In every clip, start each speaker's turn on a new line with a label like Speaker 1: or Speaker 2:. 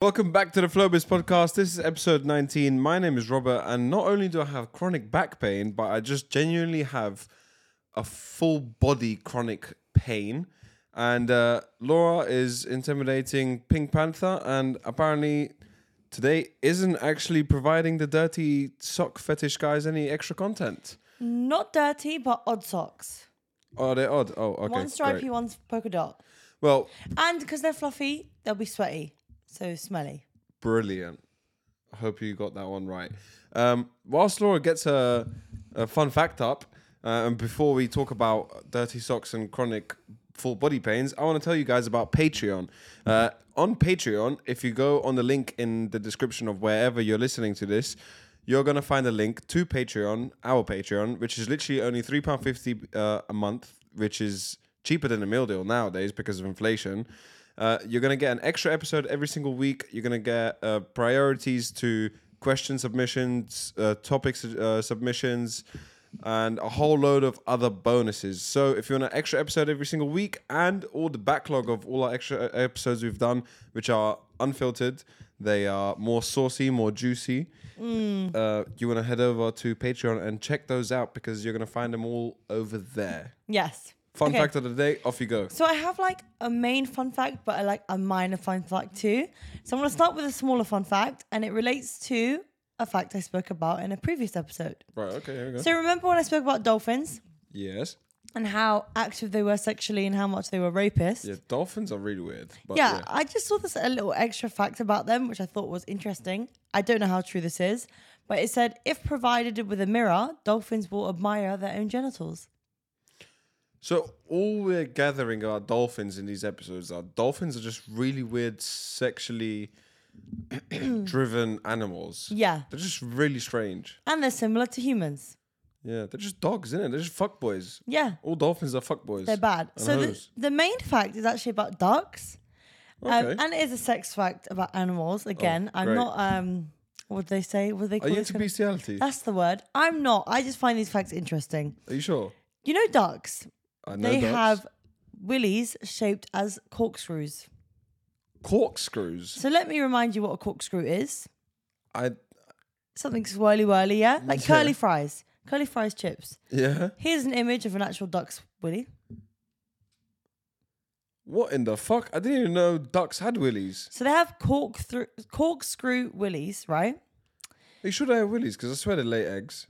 Speaker 1: Welcome back to the Flowbiz podcast. This is episode 19. My name is Robert, and not only do I have chronic back pain, but I just genuinely have a full body chronic pain. And uh, Laura is intimidating Pink Panther, and apparently today isn't actually providing the dirty sock fetish guys any extra content.
Speaker 2: Not dirty, but odd socks.
Speaker 1: Oh, they're odd. Oh, okay.
Speaker 2: one stripy,
Speaker 1: great.
Speaker 2: one's polka dot.
Speaker 1: Well,
Speaker 2: And because they're fluffy, they'll be sweaty, so smelly.
Speaker 1: Brilliant. I hope you got that one right. Um, whilst Laura gets a, a fun fact up, uh, and before we talk about dirty socks and chronic full body pains, I want to tell you guys about Patreon. Uh, on Patreon, if you go on the link in the description of wherever you're listening to this, you're going to find a link to Patreon, our Patreon, which is literally only £3.50 uh, a month, which is cheaper than a meal deal nowadays because of inflation. Uh, you're going to get an extra episode every single week. You're going to get uh, priorities to question submissions, uh, topics uh, submissions, and a whole load of other bonuses. So if you want an extra episode every single week and all the backlog of all our extra uh, episodes we've done, which are unfiltered, they are more saucy, more juicy.
Speaker 2: Mm.
Speaker 1: Uh, you want to head over to Patreon and check those out because you're going to find them all over there.
Speaker 2: Yes.
Speaker 1: Fun
Speaker 2: Okay.
Speaker 1: fact of the day, off you go.
Speaker 2: So I have like a main fun fact, but I like a minor fun fact too. So I'm gonna start with a smaller fun fact, and it relates to a fact I spoke about in a previous episode.
Speaker 1: Right, okay, here we go.
Speaker 2: So remember when I spoke about dolphins
Speaker 1: yes.
Speaker 2: and how active they were sexually and how much they were rapists?
Speaker 1: Yeah, dolphins are really weird. But
Speaker 2: yeah,
Speaker 1: yeah.
Speaker 2: I just saw this a little extra fact about them, which I thought was interesting. I don't know how true this is, but it said if provided with a mirror, dolphins will admire their own genitals.
Speaker 1: So all we're gathering are dolphins in these episodes. Are dolphins are just really weird, sexually driven animals.
Speaker 2: Yeah,
Speaker 1: They're just really strange.
Speaker 2: and they're similar to humans.
Speaker 1: Yeah, they're just dogs, innit? They're just fuckboys.
Speaker 2: Yeah,
Speaker 1: All dolphins are fuckboys.
Speaker 2: they're bad.
Speaker 1: And
Speaker 2: so the,
Speaker 1: hoes.
Speaker 2: the main fact is actually about ducks, um,
Speaker 1: Okay. Oh,
Speaker 2: and it is a sex fact about animals. Again, I'm
Speaker 1: great.
Speaker 2: not. Um, what do they say? What do they
Speaker 1: Are
Speaker 2: call
Speaker 1: you
Speaker 2: this
Speaker 1: into
Speaker 2: kind of-
Speaker 1: bestiality?
Speaker 2: That's the word. I'm not. I just find these facts interesting.
Speaker 1: Are you sure?
Speaker 2: You know, ducks.
Speaker 1: I know
Speaker 2: They
Speaker 1: ducks.
Speaker 2: have willies shaped as corkscrews.
Speaker 1: corkscrews.
Speaker 2: So let me remind you what a corkscrew is.
Speaker 1: I
Speaker 2: Something swirly whirly, yeah? Like
Speaker 1: Yeah.
Speaker 2: curly fries. Curly fries chips.
Speaker 1: yeah.
Speaker 2: Here's an image of an actual duck's willy.
Speaker 1: What in the fuck? I didn't even know ducks had willies.
Speaker 2: So they have cork thro- corkscrew willies, right?
Speaker 1: Are you sure they have willies? Because I swear they lay eggs.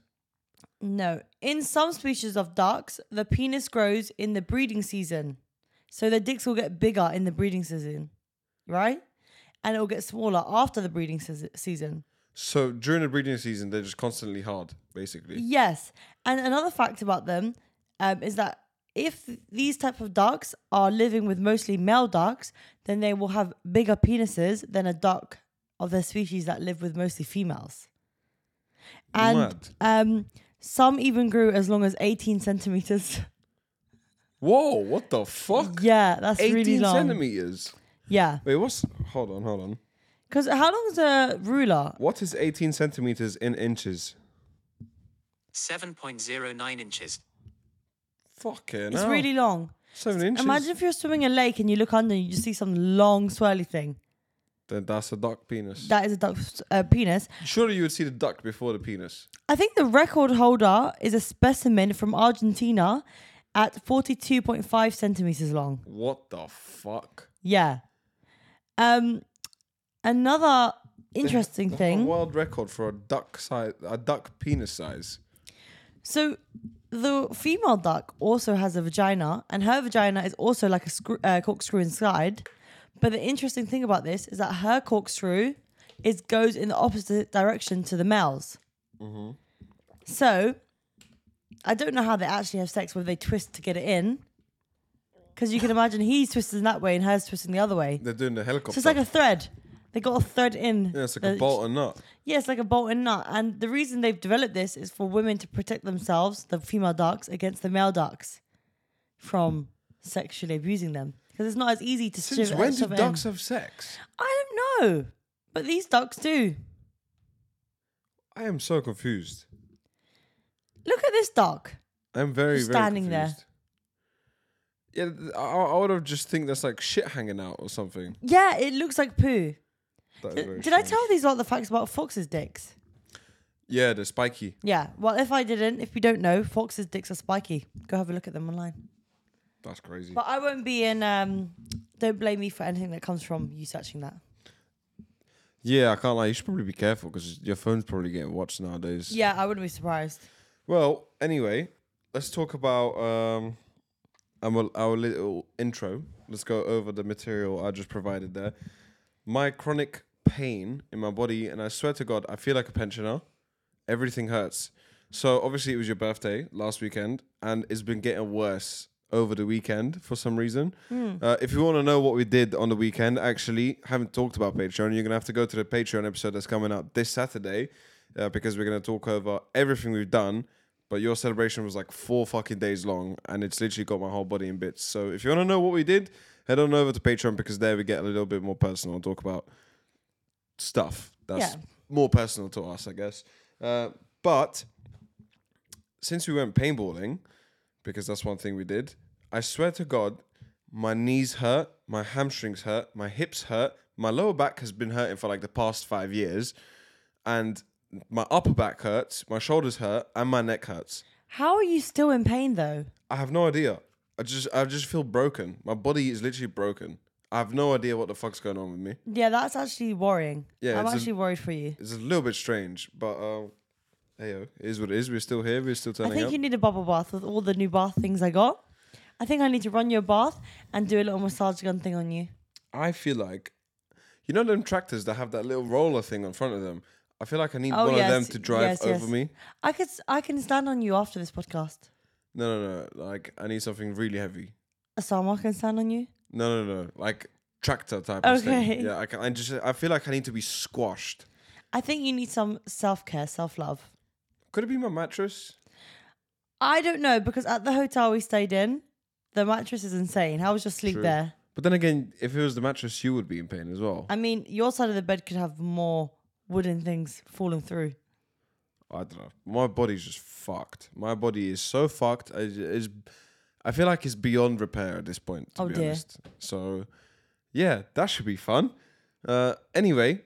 Speaker 2: No. In some species of ducks, the penis grows in the breeding season. So their dicks will get bigger in the breeding season, right? And it will get smaller after the breeding seas- season.
Speaker 1: So during the breeding season, they're just constantly hard, basically.
Speaker 2: Yes, and another fact about them um, is that if these type of ducks are living with mostly male ducks, then they will have bigger penises than a duck of their species that live with mostly females. And
Speaker 1: Mad.
Speaker 2: um, some even grew as long as eighteen centimeters.
Speaker 1: Whoa! What the fuck?
Speaker 2: yeah, that's
Speaker 1: 18
Speaker 2: really long.
Speaker 1: centimeters.
Speaker 2: Yeah,
Speaker 1: Wait, what's? Hold on, hold on.
Speaker 2: because how long is a ruler?
Speaker 1: What is 18 centimeters in inches?
Speaker 3: 7.09 inches.
Speaker 1: Fucking
Speaker 2: It's
Speaker 1: hell.
Speaker 2: really long.
Speaker 1: seven inches.
Speaker 2: Imagine if you're swimming in a lake and you look under and you just see some long swirly thing.
Speaker 1: Then that's a duck penis.
Speaker 2: That is a duck's uh, penis.
Speaker 1: Surely you would see the duck before the penis.
Speaker 2: I think the record holder is a specimen from Argentina at 42.5 centimeters long.
Speaker 1: What the fuck?
Speaker 2: Yeah. Um, another interesting
Speaker 1: That's
Speaker 2: thing.
Speaker 1: A world record for a duck size, a duck penis size.
Speaker 2: So the female duck also has a vagina, and her vagina is also like a screw, uh, corkscrew inside. But the interesting thing about this is that her corkscrew is goes in the opposite direction to the male's.
Speaker 1: Mm-hmm.
Speaker 2: So I don't know how they actually have sex, whether they twist to get it in, because you can imagine he's twisting that way and her's twisting the other way.
Speaker 1: They're doing the helicopter.
Speaker 2: So it's like a Uh, thread. They got a thread in.
Speaker 1: yeah, it's like a
Speaker 2: the-
Speaker 1: bolt and nut.
Speaker 2: yeah, it's like a bolt and nut. And the reason they've developed this is for women to protect themselves, the female ducks, against the male ducks from sexually abusing them. Because it's not as easy to
Speaker 1: Since
Speaker 2: shove-
Speaker 1: when do
Speaker 2: shove it in.
Speaker 1: ducks have sex?
Speaker 2: I don't know. But these ducks do.
Speaker 1: I am so confused.
Speaker 2: Look at this duck.
Speaker 1: I'm very,
Speaker 2: Just
Speaker 1: very
Speaker 2: standing there.
Speaker 1: confused. Yeah, th- I, I would have just think that's like shit hanging out or something.
Speaker 2: Yeah, it looks like poo. Uh,
Speaker 1: That is very
Speaker 2: Did, did I
Speaker 1: strange.
Speaker 2: tell these lot the facts about foxes' dicks?
Speaker 1: Yeah, they're spiky.
Speaker 2: Yeah. Well, if I didn't, if you don't know, foxes' dicks are spiky. Go have a look at them online.
Speaker 1: That's crazy.
Speaker 2: But I won't be in. Um, don't blame me for anything that comes from you searching that.
Speaker 1: Yeah, I can't lie. You should probably be careful because your phone's probably getting watched nowadays.
Speaker 2: Yeah, I wouldn't be surprised.
Speaker 1: Well, anyway, let's talk about um, our, our little intro. Let's go over the material I just provided there. My chronic pain in my body, and I swear to God, I feel like a pensioner. Everything hurts. So obviously, it was your birthday last weekend, and it's been getting worse over the weekend for some reason. Uh, if you want to know what we did on the weekend, actually, haven't talked about Patreon. You're gonna have to go to the Patreon episode that's coming out this Saturday, uh, because we're gonna talk over everything we've done. But your celebration was like four fucking days long, and it's literally got my whole body in bits. So if you want to know what we did, head on over to Patreon because there we get a little bit more personal and talk about stuff that's
Speaker 2: Yeah.
Speaker 1: more personal to us, I guess. Uh, but since we went paintballing, because that's one thing we did, I swear to God, my knees hurt, my hamstrings hurt, my hips hurt, my lower back has been hurting for like the past five years, and my upper back hurts, my shoulders hurt, and my neck hurts.
Speaker 2: How are you still in pain though?
Speaker 1: I have no idea. I just I just feel broken. My body is literally broken. I have no idea what the fuck's going on with me.
Speaker 2: Yeah, that's actually worrying.
Speaker 1: Yeah,
Speaker 2: I'm
Speaker 1: it's a-
Speaker 2: actually worried for you.
Speaker 1: It's a little bit strange, but um, hey, yo, it is what it is. We're still here. We're still
Speaker 2: I
Speaker 1: turning
Speaker 2: think
Speaker 1: up.
Speaker 2: you need a bubble bath with all the new bath things I got. I think I need to run you a bath and do a little massage gun thing on you.
Speaker 1: I feel like, you know, them tractors that have that little roller thing on front of them. I feel like I need
Speaker 2: Oh,
Speaker 1: one of them
Speaker 2: yes,
Speaker 1: to drive
Speaker 2: yes,
Speaker 1: over
Speaker 2: yes.
Speaker 1: me.
Speaker 2: I could, s- I can stand on you after this podcast.
Speaker 1: No, no, no. Like I need something really heavy.
Speaker 2: Osama can stand on you.
Speaker 1: No, no, no. Like tractor type. of thing.
Speaker 2: Okay.
Speaker 1: Yeah, I, can, I just I feel like I need to be squashed.
Speaker 2: I think you need some self care, self love.
Speaker 1: Could it be my mattress?
Speaker 2: I don't know because at the hotel we stayed in, the mattress is insane. How was your sleep
Speaker 1: True.
Speaker 2: there?
Speaker 1: But then again, if it was the mattress, you would be in pain as well.
Speaker 2: I mean, your side of the bed could have more wooden things falling through.
Speaker 1: I don't know. My body's just fucked. My body is so fucked. I is I feel like it's beyond repair at this point. To
Speaker 2: Oh,
Speaker 1: be
Speaker 2: dear.
Speaker 1: honest. So yeah, that should be fun. Uh, anyway,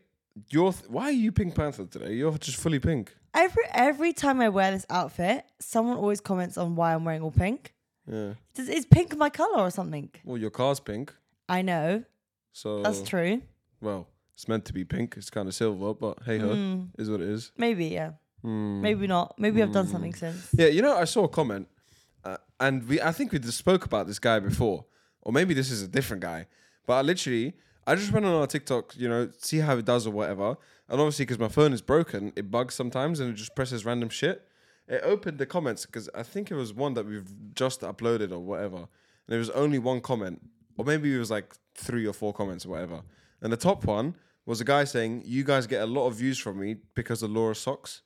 Speaker 1: your th- why are you Pink Panther today? You're just fully pink.
Speaker 2: Every every time I wear this outfit, someone always comments on why I'm wearing all pink.
Speaker 1: Yeah.
Speaker 2: Does, is pink my color or something?
Speaker 1: Well, your car's pink,
Speaker 2: I know
Speaker 1: so
Speaker 2: that's true.
Speaker 1: Well, it's meant to be pink. It's kind of silver, but hey ho,
Speaker 2: Mm.
Speaker 1: is what it is.
Speaker 2: Maybe yeah.
Speaker 1: Hmm.
Speaker 2: Maybe not. Maybe I've done something since.
Speaker 1: Yeah, you know, I saw a comment, uh, and we I think we just spoke about this guy before, or maybe this is a different guy. But I literally, I just went on our TikTok, you know, see how it does or whatever. And obviously, because my phone is broken, it bugs sometimes and it just presses random shit. It opened the comments because I think it was one that we've just uploaded or whatever, and it was only one comment, or maybe it was like three or four comments or whatever. And the top one was a guy saying, "You guys get a lot of views from me because of Laura socks."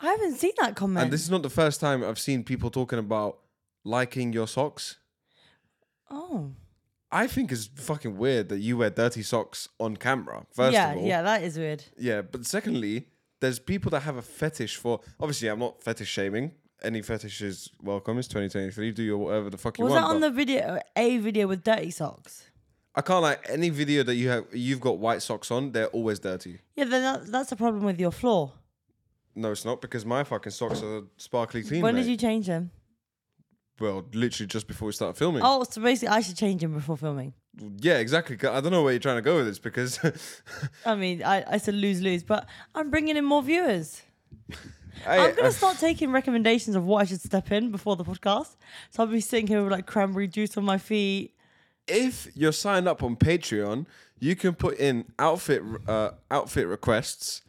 Speaker 2: I haven't seen that comment.
Speaker 1: And this is not the first time I've seen people talking about liking your socks.
Speaker 2: oh
Speaker 1: I think it's fucking weird that you wear dirty socks on camera, first
Speaker 2: yeah,
Speaker 1: of all.
Speaker 2: yeah, that is weird.
Speaker 1: Yeah, but secondly, there's people that have a fetish for. Obviously, I'm not fetish shaming. Any fetish is welcome. It's 2023. Do your whatever the fuck you
Speaker 2: Was
Speaker 1: want.
Speaker 2: that on
Speaker 1: but
Speaker 2: the video? A video with dirty socks.
Speaker 1: I can't like any video that you have. You've got white socks on. They're always dirty.
Speaker 2: Yeah, then that, that's the problem with your floor.
Speaker 1: No, it's not because my fucking socks are sparkly clean.
Speaker 2: when
Speaker 1: mate.
Speaker 2: did you change them?
Speaker 1: Well, literally just before we started filming.
Speaker 2: Oh, so basically, I should change them before filming.
Speaker 1: Yeah, exactly. I don't know where you're trying to go with this because
Speaker 2: I mean, I, I said lose lose, but I'm bringing in more viewers.
Speaker 1: I,
Speaker 2: I'm gonna start taking recommendations of what I should step in before the podcast. So I'll be sitting here with like cranberry juice on my feet.
Speaker 1: if you're signed up on Patreon, you can put in outfit uh, outfit requests,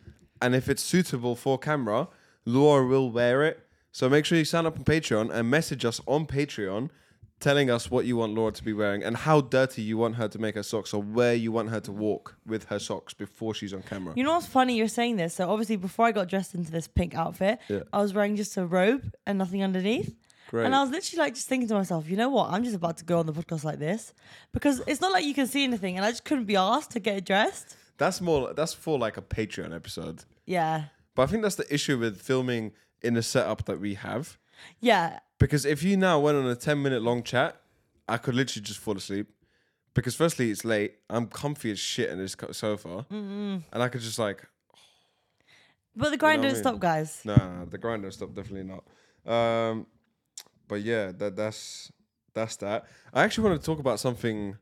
Speaker 1: and if it's suitable for camera, Laura will wear it. So make sure you sign up on Patreon and message us on Patreon, telling us what you want Laura to be wearing and how dirty you want her to make her socks, or where you want her to walk with her socks before she's on camera.
Speaker 2: You know what's funny? You're saying this. So obviously, before I got dressed into this pink outfit,
Speaker 1: Yeah.
Speaker 2: I was wearing just a robe and nothing underneath.
Speaker 1: Great.
Speaker 2: And I was literally like just thinking to myself, you know what? I'm just about to go on the podcast like this because it's not like you can see anything, and I just couldn't be asked to get dressed.
Speaker 1: That's more. That's for like a Patreon episode.
Speaker 2: Yeah,
Speaker 1: But I think that's the issue with filming in the setup that we have.
Speaker 2: yeah.
Speaker 1: Because if you now went on a 10 minute long chat, I could literally just fall asleep. because firstly it's late. I'm comfy as shit in this co- sofa, and I could just like
Speaker 2: But the grind
Speaker 1: what I
Speaker 2: don't
Speaker 1: mean?
Speaker 2: stop, guys.
Speaker 1: nah, the grinder stuff definitely not. Um, but yeah, that that's that's that. I actually want to talk about something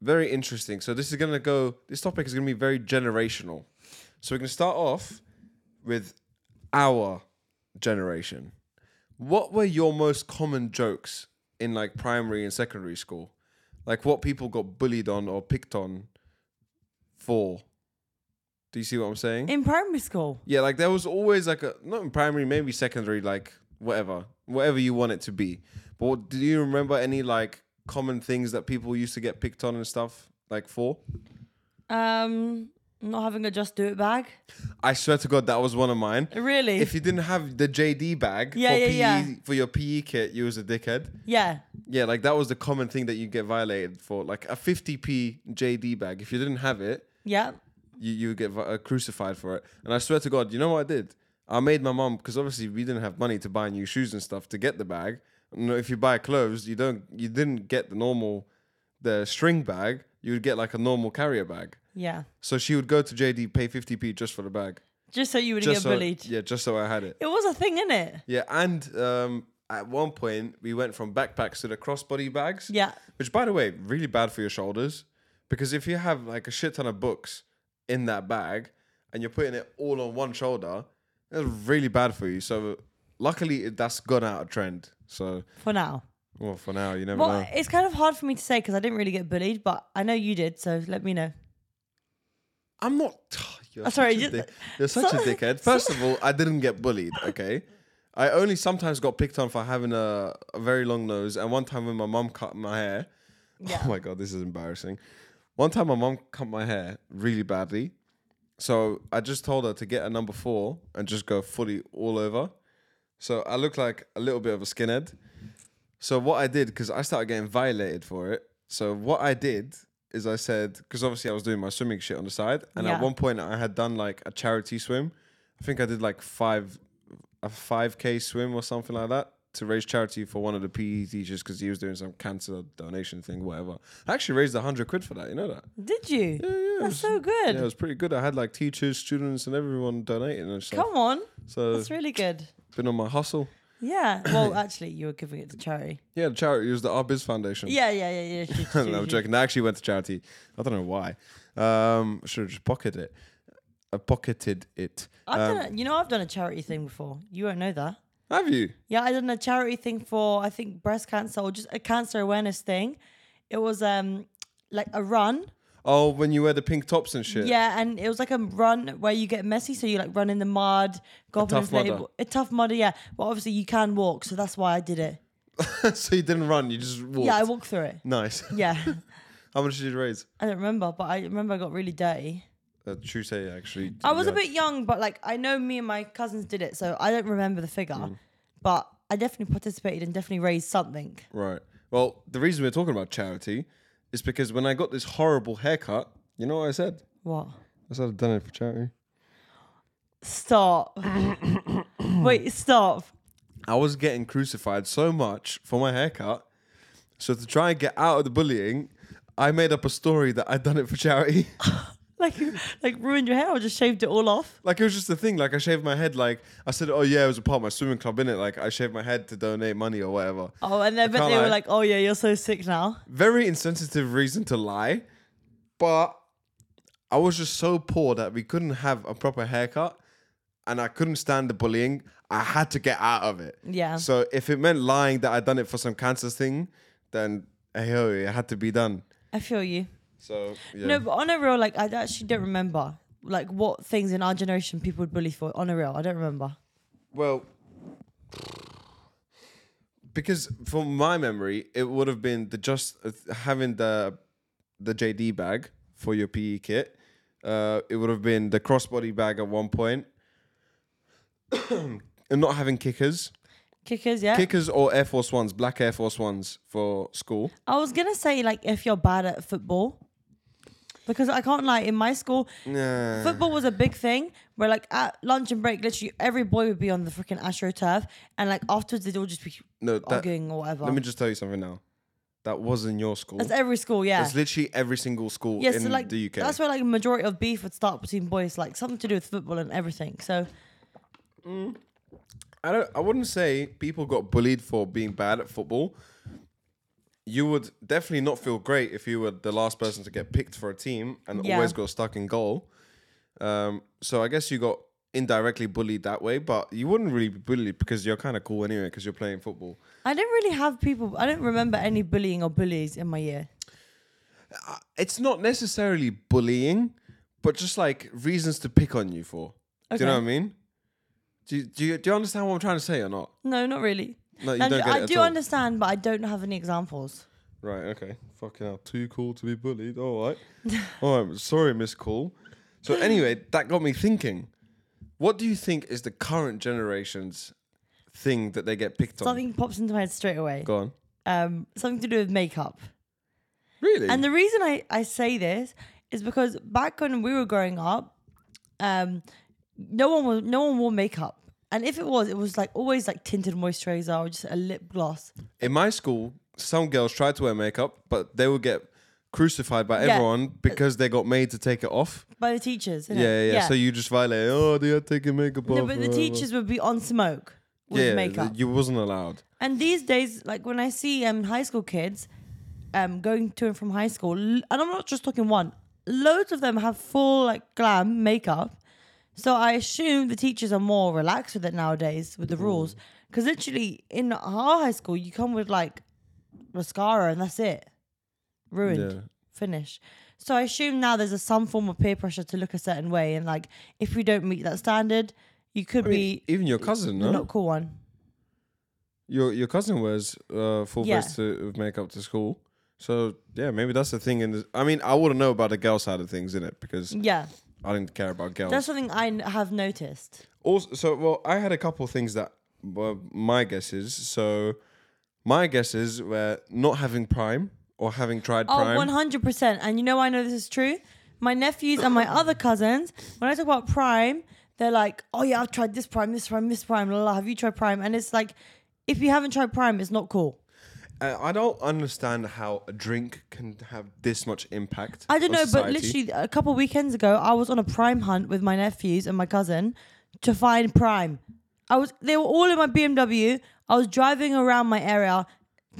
Speaker 1: very interesting. So this is gonna go. This topic is gonna be very generational. So we're gonna start off with our generation. What were your most common jokes in like primary and secondary school? Like what people got bullied on or picked on for? Do you see what I'm saying?
Speaker 2: In primary school,
Speaker 1: Yeah, like there was always like a not in primary, maybe secondary, like whatever, whatever you want it to be. But what, do you remember any like common things that people used to get picked on and stuff like for?
Speaker 2: um, not having a just do it bag.
Speaker 1: I swear to God, that was one of mine.
Speaker 2: Really?
Speaker 1: If you didn't have the JD bag
Speaker 2: Yeah,
Speaker 1: for
Speaker 2: yeah,
Speaker 1: PE
Speaker 2: yeah.
Speaker 1: for your PE kit, you was a dickhead.
Speaker 2: yeah.
Speaker 1: Yeah, like that was the common thing that you get violated for, like a 50p JD bag. If you didn't have it,
Speaker 2: Yeah.
Speaker 1: you you get vi- uh, crucified for it. And I swear to God, you know what I did? I made my mom because obviously we didn't have money to buy new shoes and stuff to get the bag. You know, if you buy clothes, you don't you didn't get the normal the string bag. You would get like a normal carrier bag.
Speaker 2: Yeah.
Speaker 1: So she would go to JD, pay fifty p just for the bag,
Speaker 2: Just so you wouldn't
Speaker 1: just
Speaker 2: get
Speaker 1: so
Speaker 2: bullied.
Speaker 1: yeah, just so I had it.
Speaker 2: It was a thing, innit?
Speaker 1: Yeah, and um, at one point we went from backpacks to the crossbody bags.
Speaker 2: Yeah.
Speaker 1: Which, by the way, really bad for your shoulders because if you have like a shit ton of books in that bag and you're putting it all on one shoulder, that's really bad for you. So, luckily, it- that's gone out of trend. So,
Speaker 2: For now.
Speaker 1: well, for now, you never
Speaker 2: Well,
Speaker 1: know.
Speaker 2: it's kind of hard for me to say because I didn't really get bullied, but I know you did, so let me know.
Speaker 1: I'm not. You're
Speaker 2: Oh, sorry,
Speaker 1: such a
Speaker 2: you-
Speaker 1: dick- you're such a
Speaker 2: so-
Speaker 1: dickhead. First of all, I didn't get bullied. Okay. I only sometimes got picked on for having a, a very long nose, and one time when my mom cut my hair,
Speaker 2: Yeah.
Speaker 1: Oh my god, this is embarrassing. One time my mom cut my hair really badly. So I just told her to get a number four and just go fully all over. So I look like a little bit of a skinhead. So what I did, because I started getting violated for it. So what I did is I said, because obviously I was doing my swimming shit on the side, and at
Speaker 2: Yeah.
Speaker 1: one point I had done like a charity swim. I think I did like five, a five k swim or something like that to raise charity for one of the PE teachers because he was doing some cancer donation thing, whatever. I actually raised a hundred quid for that. You know that?
Speaker 2: Did you?
Speaker 1: Yeah, yeah. it
Speaker 2: That's
Speaker 1: was-
Speaker 2: so good.
Speaker 1: yeah, it was pretty good. I had like teachers, students, and everyone donating and stuff.
Speaker 2: Come on.
Speaker 1: So
Speaker 2: That's really good.
Speaker 1: been on my hustle.
Speaker 2: Yeah. Well, actually, you were giving it to charity.
Speaker 1: Yeah, the charity was the Arbiz Foundation.
Speaker 2: Yeah, yeah, yeah, yeah. She, she,
Speaker 1: no, I'm
Speaker 2: she-
Speaker 1: joking. I actually went to charity. I don't know why. Um, should have just pocketed it. I pocketed it.
Speaker 2: I've
Speaker 1: Um,
Speaker 2: done a, you know, I've done a charity thing before. You won't know that.
Speaker 1: have you?
Speaker 2: Yeah, I done a charity thing for I think breast cancer or just a cancer awareness thing. It was um like a run.
Speaker 1: Oh, when you wear the pink tops and shit.
Speaker 2: Yeah, and it was like a run where you get messy, so you like run in the mud, go up
Speaker 1: tough
Speaker 2: an inflatable-
Speaker 1: mudder.
Speaker 2: a tough mudder, yeah. But obviously you can walk, so that's why I did it.
Speaker 1: so you didn't run. You just walked.
Speaker 2: Yeah, I walked through it.
Speaker 1: nice.
Speaker 2: Yeah,
Speaker 1: How much did you raise?
Speaker 2: I don't remember, but I remember I got really dirty.
Speaker 1: Uh, Tuesday, actually.
Speaker 2: I was
Speaker 1: yeah.
Speaker 2: a bit young, but like I know me and my cousins did it, so I don't remember the figure,
Speaker 1: Mm.
Speaker 2: but I definitely participated and definitely raised something.
Speaker 1: Right. Well, the reason we're talking about charity is because when I got this horrible haircut, you know what I said?
Speaker 2: What?
Speaker 1: I said I've done it for charity.
Speaker 2: Stop. Wait, stop.
Speaker 1: I was getting crucified so much for my haircut. So to try and get out of the bullying, I made up a story that I'd done it for charity.
Speaker 2: Like, you- like ruined your hair or just shaved it all off?
Speaker 1: like it was just a thing. Like I shaved my head. Like I said, oh yeah, it was a part of my swimming club, innit? Like I shaved my head to donate money or whatever.
Speaker 2: Oh, and then but
Speaker 1: can't
Speaker 2: they were
Speaker 1: lie.
Speaker 2: like, "Oh yeah, you're so sick now."
Speaker 1: Very insensitive reason to lie, but I was just so poor that we couldn't have a proper haircut, and I couldn't stand the bullying. I had to get out of it.
Speaker 2: Yeah.
Speaker 1: So if it meant lying that I'd done it for some cancer thing, then hey ho, it had to be done.
Speaker 2: I feel you.
Speaker 1: So yeah.
Speaker 2: No, but on a real, like I actually don't remember like what things in our generation people would bully for. On a real, I don't remember.
Speaker 1: Well, because from my memory, it would have been the just uh, having the the JD bag for your PE kit. Uh, it would have been the crossbody bag at one point, and not having kickers,
Speaker 2: Kickers, yeah.
Speaker 1: kickers or Air Force Ones, black Air Force Ones for school.
Speaker 2: I was gonna say like if you're bad at football, because I can't lie. In my school,
Speaker 1: Nah.
Speaker 2: football was a big thing where like at lunch and break, literally every boy would be on the freaking astroturf, and like afterwards they'd all just be
Speaker 1: No, that,
Speaker 2: arguing or whatever.
Speaker 1: let me just tell you something now. that was in your school.
Speaker 2: That's every school, yeah.
Speaker 1: It's literally every single school
Speaker 2: yeah,
Speaker 1: in
Speaker 2: so like
Speaker 1: the UK.
Speaker 2: that's where like majority of beef would start between boys, like something to do with football and everything. So
Speaker 1: I don't. I wouldn't say people got bullied for being bad at football. You would definitely not feel great if you were the last person to get picked for a team and
Speaker 2: Yeah.
Speaker 1: always got stuck in goal. Um, so I guess you got indirectly bullied that way, but you wouldn't really be bullied because you're kind of cool anyway because you're playing football.
Speaker 2: I didn't really have people. I don't remember any bullying or bullies in my year.
Speaker 1: It's not necessarily bullying, but just like reasons to pick on you for. Do
Speaker 2: Okay.
Speaker 1: you know what I mean? Do you, do you, do you understand what I'm trying to say or not?
Speaker 2: No, not really.
Speaker 1: No, you
Speaker 2: And
Speaker 1: don't get
Speaker 2: I
Speaker 1: it at
Speaker 2: do
Speaker 1: all.
Speaker 2: understand, but I don't have any examples.
Speaker 1: Right, okay. Fucking hell. Too cool to be bullied. All right. All right. Sorry, Miss Cool. So, anyway, that got me thinking. What do you think is the current generation's thing that they get picked on?
Speaker 2: Something pops into my head straight away.
Speaker 1: Go on.
Speaker 2: Um, something to do with makeup.
Speaker 1: Really?
Speaker 2: And the reason I, I say this is because back when we were growing up, um, no one was no one wore makeup. And if it was, it was like always like tinted moisturizer or just a lip gloss.
Speaker 1: In my school, some girls tried to wear makeup, but they would get crucified by
Speaker 2: Yeah.
Speaker 1: everyone because they got made to take it off.
Speaker 2: by the teachers. innit?
Speaker 1: Yeah, yeah, yeah. So you just violate, oh, they are taking makeup off.
Speaker 2: no, but the
Speaker 1: uh,
Speaker 2: teachers would be on smoke with
Speaker 1: yeah,
Speaker 2: makeup.
Speaker 1: You wasn't allowed.
Speaker 2: and these days, like when I see um high school kids, um going to and from high school, l- and I'm not just talking one. Loads of them have full like glam makeup. So I assume the teachers are more relaxed with it nowadays with the
Speaker 1: Mm.
Speaker 2: rules. 'Cause rules. Because literally in our high school, you come with like mascara and that's it, ruined,
Speaker 1: Yeah.
Speaker 2: finish. So I assume now there's a, some form of peer pressure to look a certain way, and like if you don't meet that standard, you could
Speaker 1: I mean,
Speaker 2: be
Speaker 1: even your cousin,
Speaker 2: the
Speaker 1: no?
Speaker 2: not cool one.
Speaker 1: Your your cousin wears uh, full
Speaker 2: Yeah.
Speaker 1: face to, of makeup to school, so yeah, maybe that's the thing. In this, I mean, I wouldn't know about the girl side of things in it because
Speaker 2: Yeah,
Speaker 1: I didn't care about girls.
Speaker 2: that's something I n- have noticed.
Speaker 1: also, so well, I had a couple of things that were my guesses. So my guesses were not having Prime or having tried
Speaker 2: Oh,
Speaker 1: Prime.
Speaker 2: 100%. And you know, I know this is true. My nephews and my other cousins, when I talk about Prime, they're like, oh, yeah, I've tried this Prime, this Prime, this Prime, la la. la. Have you tried Prime? And it's like, if you haven't tried Prime, it's not cool.
Speaker 1: Uh, I don't understand how a drink can have this much impact.
Speaker 2: I don't
Speaker 1: on
Speaker 2: know,
Speaker 1: society.
Speaker 2: but literally a couple weekends ago, I was on a Prime hunt with my nephews and my cousin to find Prime. I was they were all in my BMW. I was driving around my area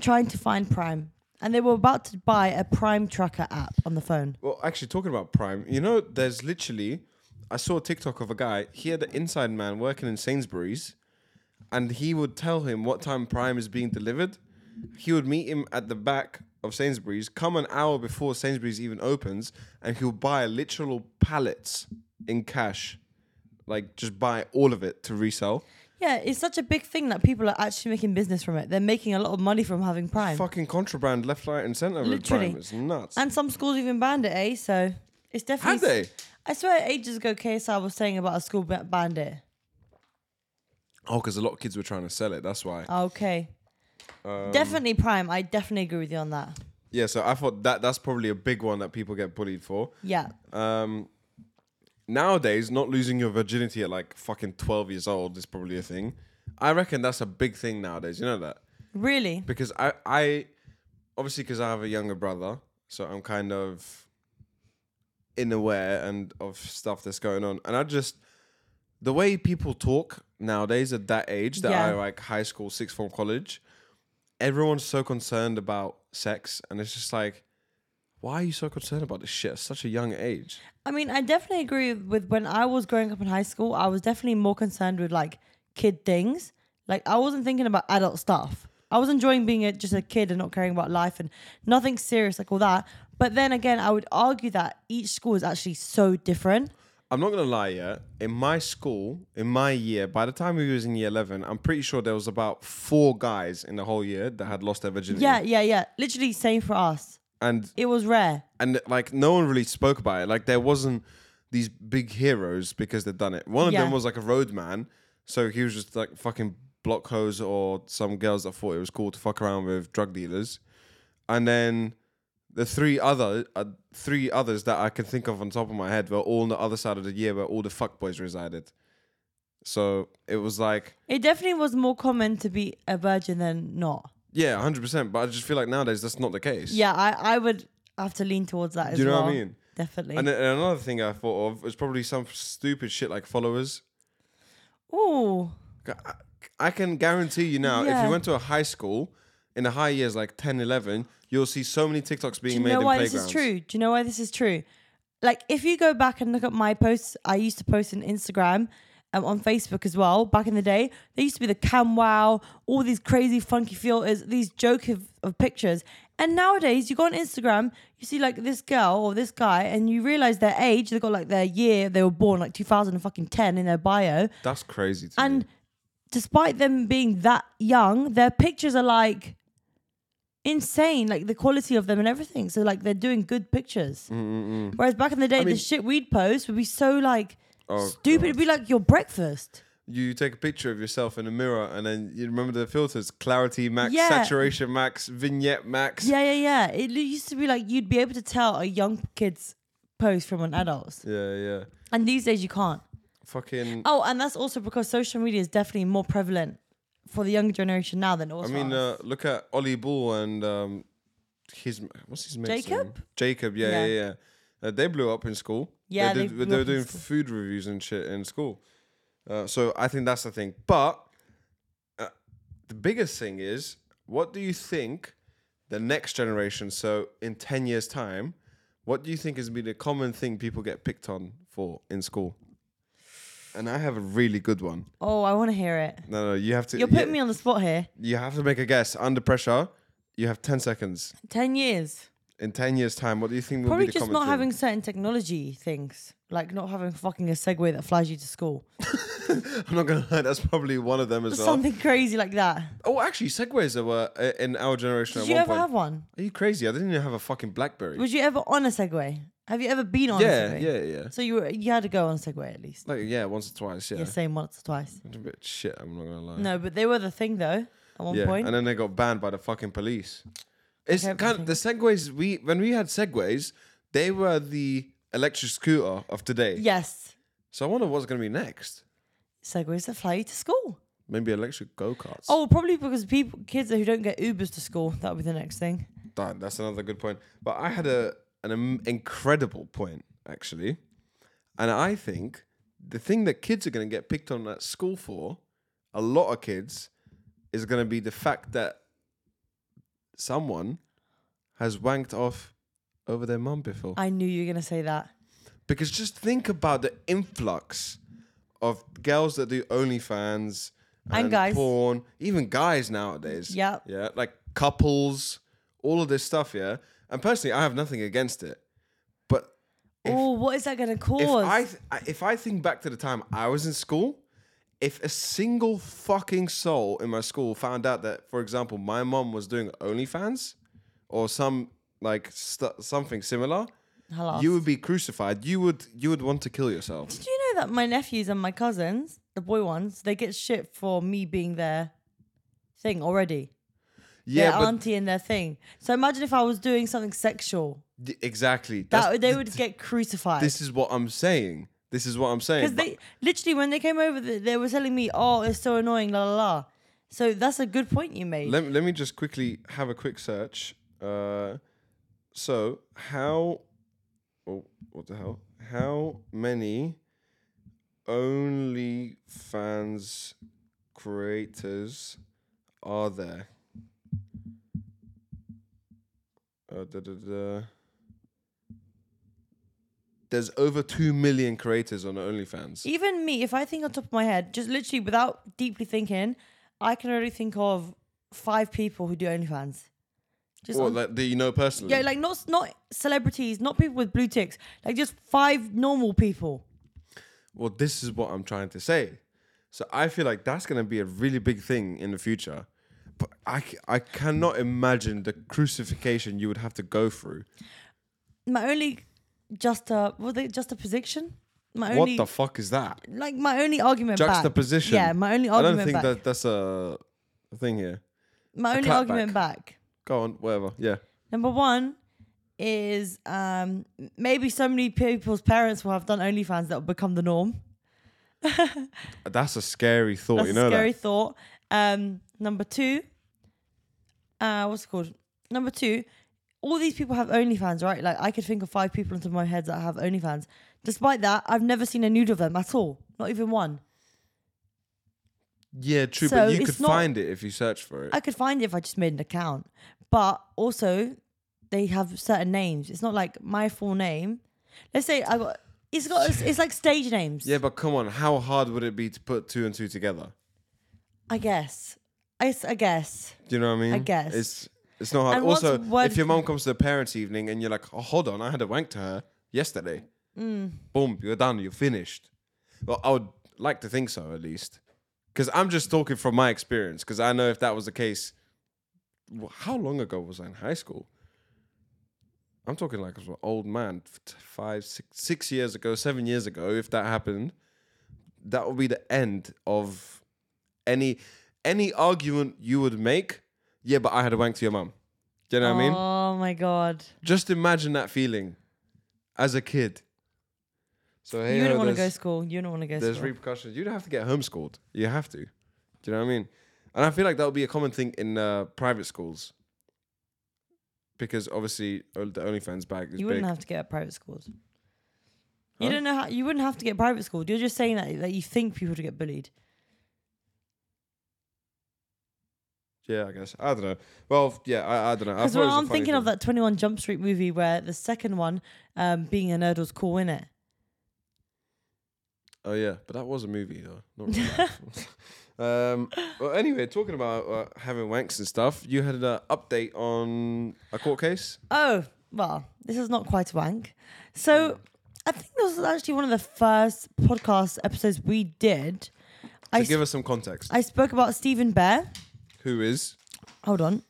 Speaker 2: trying to find Prime. And they were about to buy a Prime Tracker app on the phone.
Speaker 1: Well, actually, talking about Prime, you know, there's literally, I saw a TikTok of a guy. He had an inside man working in Sainsbury's, and he would tell him what time Prime is being delivered. He would meet him at the back of Sainsbury's, come an hour before Sainsbury's even opens, and he'll buy literal pallets in cash, like just buy all of it to resell.
Speaker 2: Yeah, it's such a big thing that people are actually making business from it. They're making a lot of money from having Prime.
Speaker 1: Fucking contraband left, right, and center. with
Speaker 2: Literally.
Speaker 1: Prime. It's nuts.
Speaker 2: And some schools even banned it, eh? So it's
Speaker 1: Had
Speaker 2: definitely.
Speaker 1: they?
Speaker 2: I swear ages ago, KSI was saying about a school ba- banned it.
Speaker 1: Oh, because a lot of kids were trying to sell it. That's why.
Speaker 2: Okay. definitely prime. I definitely agree with you on that.
Speaker 1: Yeah, so I thought that that's probably a big one that people get bullied for.
Speaker 2: Yeah.
Speaker 1: Um, nowadays, not losing your virginity at like fucking 12 years old is probably a thing. I reckon that's a big thing nowadays. You know that?
Speaker 2: Really?
Speaker 1: Because I, I obviously, because I have a younger brother, so I'm kind of in aware and of stuff that's going on. And I just, the way people talk nowadays at that age, that
Speaker 2: Yeah.
Speaker 1: I like high school, sixth form, college, everyone's so concerned about sex. And it's just like, why are you so concerned about this shit at such a young age?
Speaker 2: I mean, I definitely agree with when I was growing up in high school, I was definitely more concerned with like kid things. Like I wasn't thinking about adult stuff. I was enjoying being a, just a kid and not caring about life and nothing serious like all that. But then again, I would argue that each school is actually so different.
Speaker 1: I'm not gonna lie, yeah. In my school, in my year, by the time we was in year eleven, I'm pretty sure there was about four guys in the whole year that had lost their virginity.
Speaker 2: Yeah, yeah, yeah. Literally same for us.
Speaker 1: And
Speaker 2: It was rare.
Speaker 1: and like no one really spoke about it. Like there wasn't these big heroes because they'd done it. One of them
Speaker 2: Yeah.
Speaker 1: was like a roadman, so he was just like fucking block hose or some girls that thought it was cool to fuck around with drug dealers. And then the three other uh, three others that I can think of on top of my head were all on the other side of the year where all the fuckboys resided. So it was like
Speaker 2: It definitely was more common to be a virgin than not.
Speaker 1: Yeah, hundred percent. But I just feel like nowadays that's not the case.
Speaker 2: Yeah, I, I would have to lean towards that as
Speaker 1: you know
Speaker 2: well.
Speaker 1: what I mean?
Speaker 2: Definitely.
Speaker 1: And, and another thing I thought of was probably some stupid shit like followers.
Speaker 2: Ooh.
Speaker 1: I- I can guarantee you now, if
Speaker 2: Yeah.
Speaker 1: you went to a high school in the high years, like 10, 11, you'll see so many TikToks being
Speaker 2: Do you
Speaker 1: made
Speaker 2: know
Speaker 1: in
Speaker 2: why
Speaker 1: playgrounds.
Speaker 2: this is true? Do you know why this is true? Like, if you go back and look at my posts, I used to post on Instagram, um, on Facebook as well. Back in the day, there used to be the cam wow, all these crazy funky filters, these joke of, of pictures. And nowadays, you go on Instagram, you see like this girl or this guy, and you realize their age. They got like their year they were born, like 2010 in their bio.
Speaker 1: That's crazy. To
Speaker 2: And
Speaker 1: me.
Speaker 2: despite them being that young, their pictures are like insane, like the quality of them and everything. So like they're doing good
Speaker 1: Mm,
Speaker 2: pictures. Whereas back in the day,
Speaker 1: mean-
Speaker 2: the shit we'd post would be so like
Speaker 1: Oh,
Speaker 2: stupid. It'd be like your breakfast.
Speaker 1: you take a picture of yourself in a mirror and then you remember the filters clarity max,
Speaker 2: Yeah.
Speaker 1: saturation max, vignette max.
Speaker 2: Yeah, yeah, yeah. It used to be like you'd be able to tell a young kid's post from an adult's,
Speaker 1: yeah. yeah.
Speaker 2: and these days you can't.
Speaker 1: Fucking.
Speaker 2: Oh, and that's also because social media is definitely more prevalent for the younger generation now than it
Speaker 1: I
Speaker 2: was.
Speaker 1: mean,
Speaker 2: for us.
Speaker 1: uh, look at Ollie Bull and um, his what's his name?
Speaker 2: Jacob?
Speaker 1: Jacob, yeah,
Speaker 2: Yeah.
Speaker 1: yeah, yeah. Uh, they blew up in school.
Speaker 2: Yeah,
Speaker 1: they,
Speaker 2: they
Speaker 1: did,
Speaker 2: blew
Speaker 1: they were
Speaker 2: up in
Speaker 1: doing
Speaker 2: school.
Speaker 1: food reviews and shit in school. Uh, so I think that's the thing. But uh, the biggest thing is, what do you think the next generation? So in ten years' time, what do you think is gonna be the common thing people get picked on for in school? And I have a really good one.
Speaker 2: oh, I want to hear it.
Speaker 1: No, no, you have to.
Speaker 2: You're
Speaker 1: uh, yeah,
Speaker 2: putting me on the spot here.
Speaker 1: you have to make a guess under pressure. You have 10 seconds.
Speaker 2: 10 years.
Speaker 1: In 10 years' time, what do you think will
Speaker 2: Probably
Speaker 1: be the
Speaker 2: just
Speaker 1: common
Speaker 2: not
Speaker 1: thing?
Speaker 2: having certain technology things, like not having fucking a Segway that flies you to school.
Speaker 1: I'm not going to lie, that's probably one of them as well.
Speaker 2: Something crazy like that.
Speaker 1: Oh, actually, Segways there were uh, in our generation
Speaker 2: Did
Speaker 1: at
Speaker 2: you
Speaker 1: one
Speaker 2: ever
Speaker 1: point.
Speaker 2: have one?
Speaker 1: Are you crazy? I didn't even have a fucking Blackberry.
Speaker 2: Was you ever on a Segway? Have you ever been on a
Speaker 1: yeah,
Speaker 2: Segway?
Speaker 1: yeah, yeah.
Speaker 2: So you were, you had to go on a Segway at least.
Speaker 1: Like, yeah, once or twice, yeah.
Speaker 2: Yeah, same once or twice.
Speaker 1: It's A bit shit, I'm not going to lie.
Speaker 2: No, but they were the thing though. At one
Speaker 1: yeah,
Speaker 2: point,
Speaker 1: and then they got banned by the fucking police. It's
Speaker 2: Okay,
Speaker 1: kind of, the Segways, we when we had Segways, they were the electric scooter of today.
Speaker 2: yes,
Speaker 1: So I wonder what's going to be next.
Speaker 2: Segways that fly you to school.
Speaker 1: Maybe electric go-karts.
Speaker 2: Oh, probably because people, kids who don't get Ubers to school, that would be the next thing.
Speaker 1: Done. That's another good point. But I had a an im- incredible point actually, and I think the thing that kids are going to get picked on at school for, a lot of kids, is going to be the fact that someone has wanked off over their mum before.
Speaker 2: I knew you were gonna say that.
Speaker 1: Because just think about the influx of girls that do OnlyFans
Speaker 2: And guys.
Speaker 1: porn, even guys nowadays.
Speaker 2: Yep.
Speaker 1: Yeah, like couples, all of this stuff. Yeah, and personally, I have nothing against it, but If-
Speaker 2: oh, what is that gonna cause?
Speaker 1: if I th- I- if I think back to the time I was in school, if a single fucking soul in my school found out that, for example, my mom was doing OnlyFans or some like st- something similar,
Speaker 2: Hello.
Speaker 1: you would be crucified. You would you would want to kill yourself.
Speaker 2: Did you know that my nephews and my cousins, the boy ones, they get shit for me being their thing already?
Speaker 1: Yeah,
Speaker 2: their
Speaker 1: but
Speaker 2: auntie and their thing. So imagine if I was doing something sexual.
Speaker 1: d- exactly. That's-
Speaker 2: That they
Speaker 1: th-
Speaker 2: would get crucified.
Speaker 1: This is what I'm saying. This is what I'm saying.
Speaker 2: Because
Speaker 1: But
Speaker 2: they literally when they came over they, they were telling me, Oh, it's so annoying, la la la. So that's a good point you made.
Speaker 1: let, let me just quickly have a quick search. Uh, so how? Oh, what the hell? How many OnlyFans creators are there? Uh, da, da, da. There's over two million creators on OnlyFans.
Speaker 2: Even me, if I think on top of my head, just literally without deeply thinking, I can only think of five people who do OnlyFans. Just
Speaker 1: Or
Speaker 2: on
Speaker 1: like that you know personally.
Speaker 2: Yeah, like not not celebrities, not people with blue ticks, like just five normal people.
Speaker 1: well, this is what I'm trying to say. So I feel like that's going to be a really big thing in the future. But I, c- I cannot imagine the crucifixion you would have to go through.
Speaker 2: My only just a was it just a position? My
Speaker 1: What
Speaker 2: only
Speaker 1: the fuck is that?
Speaker 2: like my only argument back.
Speaker 1: Juxtaposition.
Speaker 2: Yeah, my only
Speaker 1: I don't
Speaker 2: argument
Speaker 1: think
Speaker 2: back.
Speaker 1: that that's a thing here.
Speaker 2: my only
Speaker 1: clapback.
Speaker 2: argument back.
Speaker 1: Go on, whatever. Yeah.
Speaker 2: Number one is um maybe so many people's parents will have done OnlyFans that will become the norm.
Speaker 1: That's a scary thought,
Speaker 2: That's
Speaker 1: you know
Speaker 2: a scary
Speaker 1: that?
Speaker 2: thought. Um, number two, uh, what's it called? Number two, all these people have OnlyFans, right? Like I could think of five people on top of my head that have OnlyFans. Despite that, I've never seen a nude of them at all. Not even one.
Speaker 1: Yeah, true.
Speaker 2: So
Speaker 1: but you
Speaker 2: it's
Speaker 1: could
Speaker 2: not-
Speaker 1: find it if you search for it.
Speaker 2: I could find it if I just made an account. But also, they have certain names. It's not like my full name. Let's say I got. It's got. It's, it's like stage names.
Speaker 1: yeah, but come on, how hard would it be to put two and two together?
Speaker 2: I guess. I, s- I guess.
Speaker 1: Do you know what I mean?
Speaker 2: guess.
Speaker 1: it's it's not hard.
Speaker 2: And what's
Speaker 1: also,
Speaker 2: word-
Speaker 1: if your mom comes to the parents' evening and you're like, oh, hold on, I had a wank to her yesterday.
Speaker 2: Mm.
Speaker 1: Boom, you're done. You're finished. Well, I would like to think so at least, because I'm just talking from my experience. Because I know if that was the case, wh- how long ago was I in high school? I'm talking like I was an old man, f- t- five, six, six years ago, seven years ago. If that happened, that would be the end of any any argument you would make. Yeah, but I had a wank to your mum. Do you know what I mean?
Speaker 2: Oh my god.
Speaker 1: Just imagine that feeling as a kid. So hey,
Speaker 2: you
Speaker 1: ho,
Speaker 2: don't want to go to
Speaker 1: there's-
Speaker 2: school. You don't want to go to
Speaker 1: there's
Speaker 2: school.
Speaker 1: repercussions. You don't have to get homeschooled. You have to. Do you know what I mean? And I feel like that would be a common thing in uh, private schools. Because obviously uh, the OnlyFans bag is big.
Speaker 2: you wouldn't have to get private schools.
Speaker 1: Huh?
Speaker 2: You don't know how. You wouldn't have to get private schooled. You're just saying that that you think people to get bullied.
Speaker 1: yeah, I guess. I don't know. Well, yeah, I, I don't know. I
Speaker 2: Because
Speaker 1: thought it was a
Speaker 2: I'm
Speaker 1: funny
Speaker 2: thinking of
Speaker 1: thing.
Speaker 2: that 21 Jump Street movie where the second one, um, being a nerd was cool, innit?
Speaker 1: Oh yeah, but that was a movie though. Not real life. um, well, anyway, talking about uh, having wanks and stuff, you had an update on a court case.
Speaker 2: Oh, well, this is not quite a wank. So I think this was actually one of the first podcast episodes we did. I,
Speaker 1: To
Speaker 2: s-
Speaker 1: give us some context,
Speaker 2: I spoke about Stephen Bear.
Speaker 1: who is
Speaker 2: Hold on.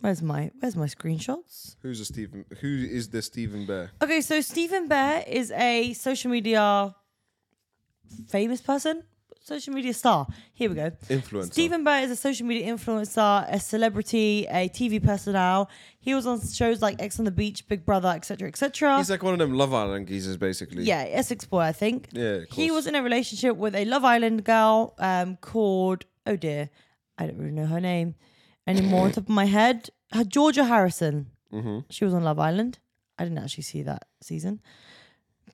Speaker 2: Where's my where's my screenshots?
Speaker 1: who's a Stephen? Who is the Stephen Bear?
Speaker 2: Okay, so Stephen Bear is a social media famous person, social media star. Here we go.
Speaker 1: Influencer.
Speaker 2: Stephen Bear is a social media influencer, a celebrity, a TV personnel. He was on shows like X on the Beach, Big Brother, etc., etc.
Speaker 1: He's like one of them Love Island geezers, basically.
Speaker 2: yeah, Essex boy, I think.
Speaker 1: Yeah, of
Speaker 2: he
Speaker 1: course.
Speaker 2: was in a relationship with a Love Island girl um, called oh dear, I don't really know her name anymore. on top of my head, her Georgia Harrison.
Speaker 1: Mm-hmm.
Speaker 2: She was on Love Island. I didn't actually see that season,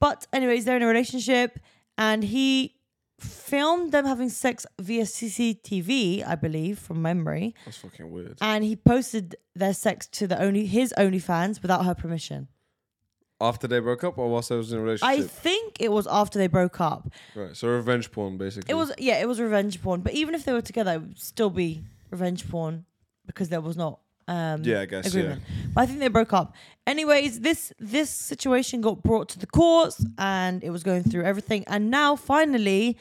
Speaker 2: but anyways, they're in a relationship, and he filmed them having sex via CCTV, I believe, from memory,
Speaker 1: That's fucking weird.
Speaker 2: and he posted their sex to the only his OnlyFans without her permission.
Speaker 1: After they broke up, or whilst they was in a
Speaker 2: I
Speaker 1: relationship.
Speaker 2: think it was after they broke up.
Speaker 1: right, so revenge porn, basically.
Speaker 2: It was yeah, it was revenge porn. But even if they were together, it would still be revenge porn because there was not um
Speaker 1: Yeah, I guess,
Speaker 2: agreement. But I think they broke up. Anyways, this this situation got brought to the courts and it was going through everything. And now finally,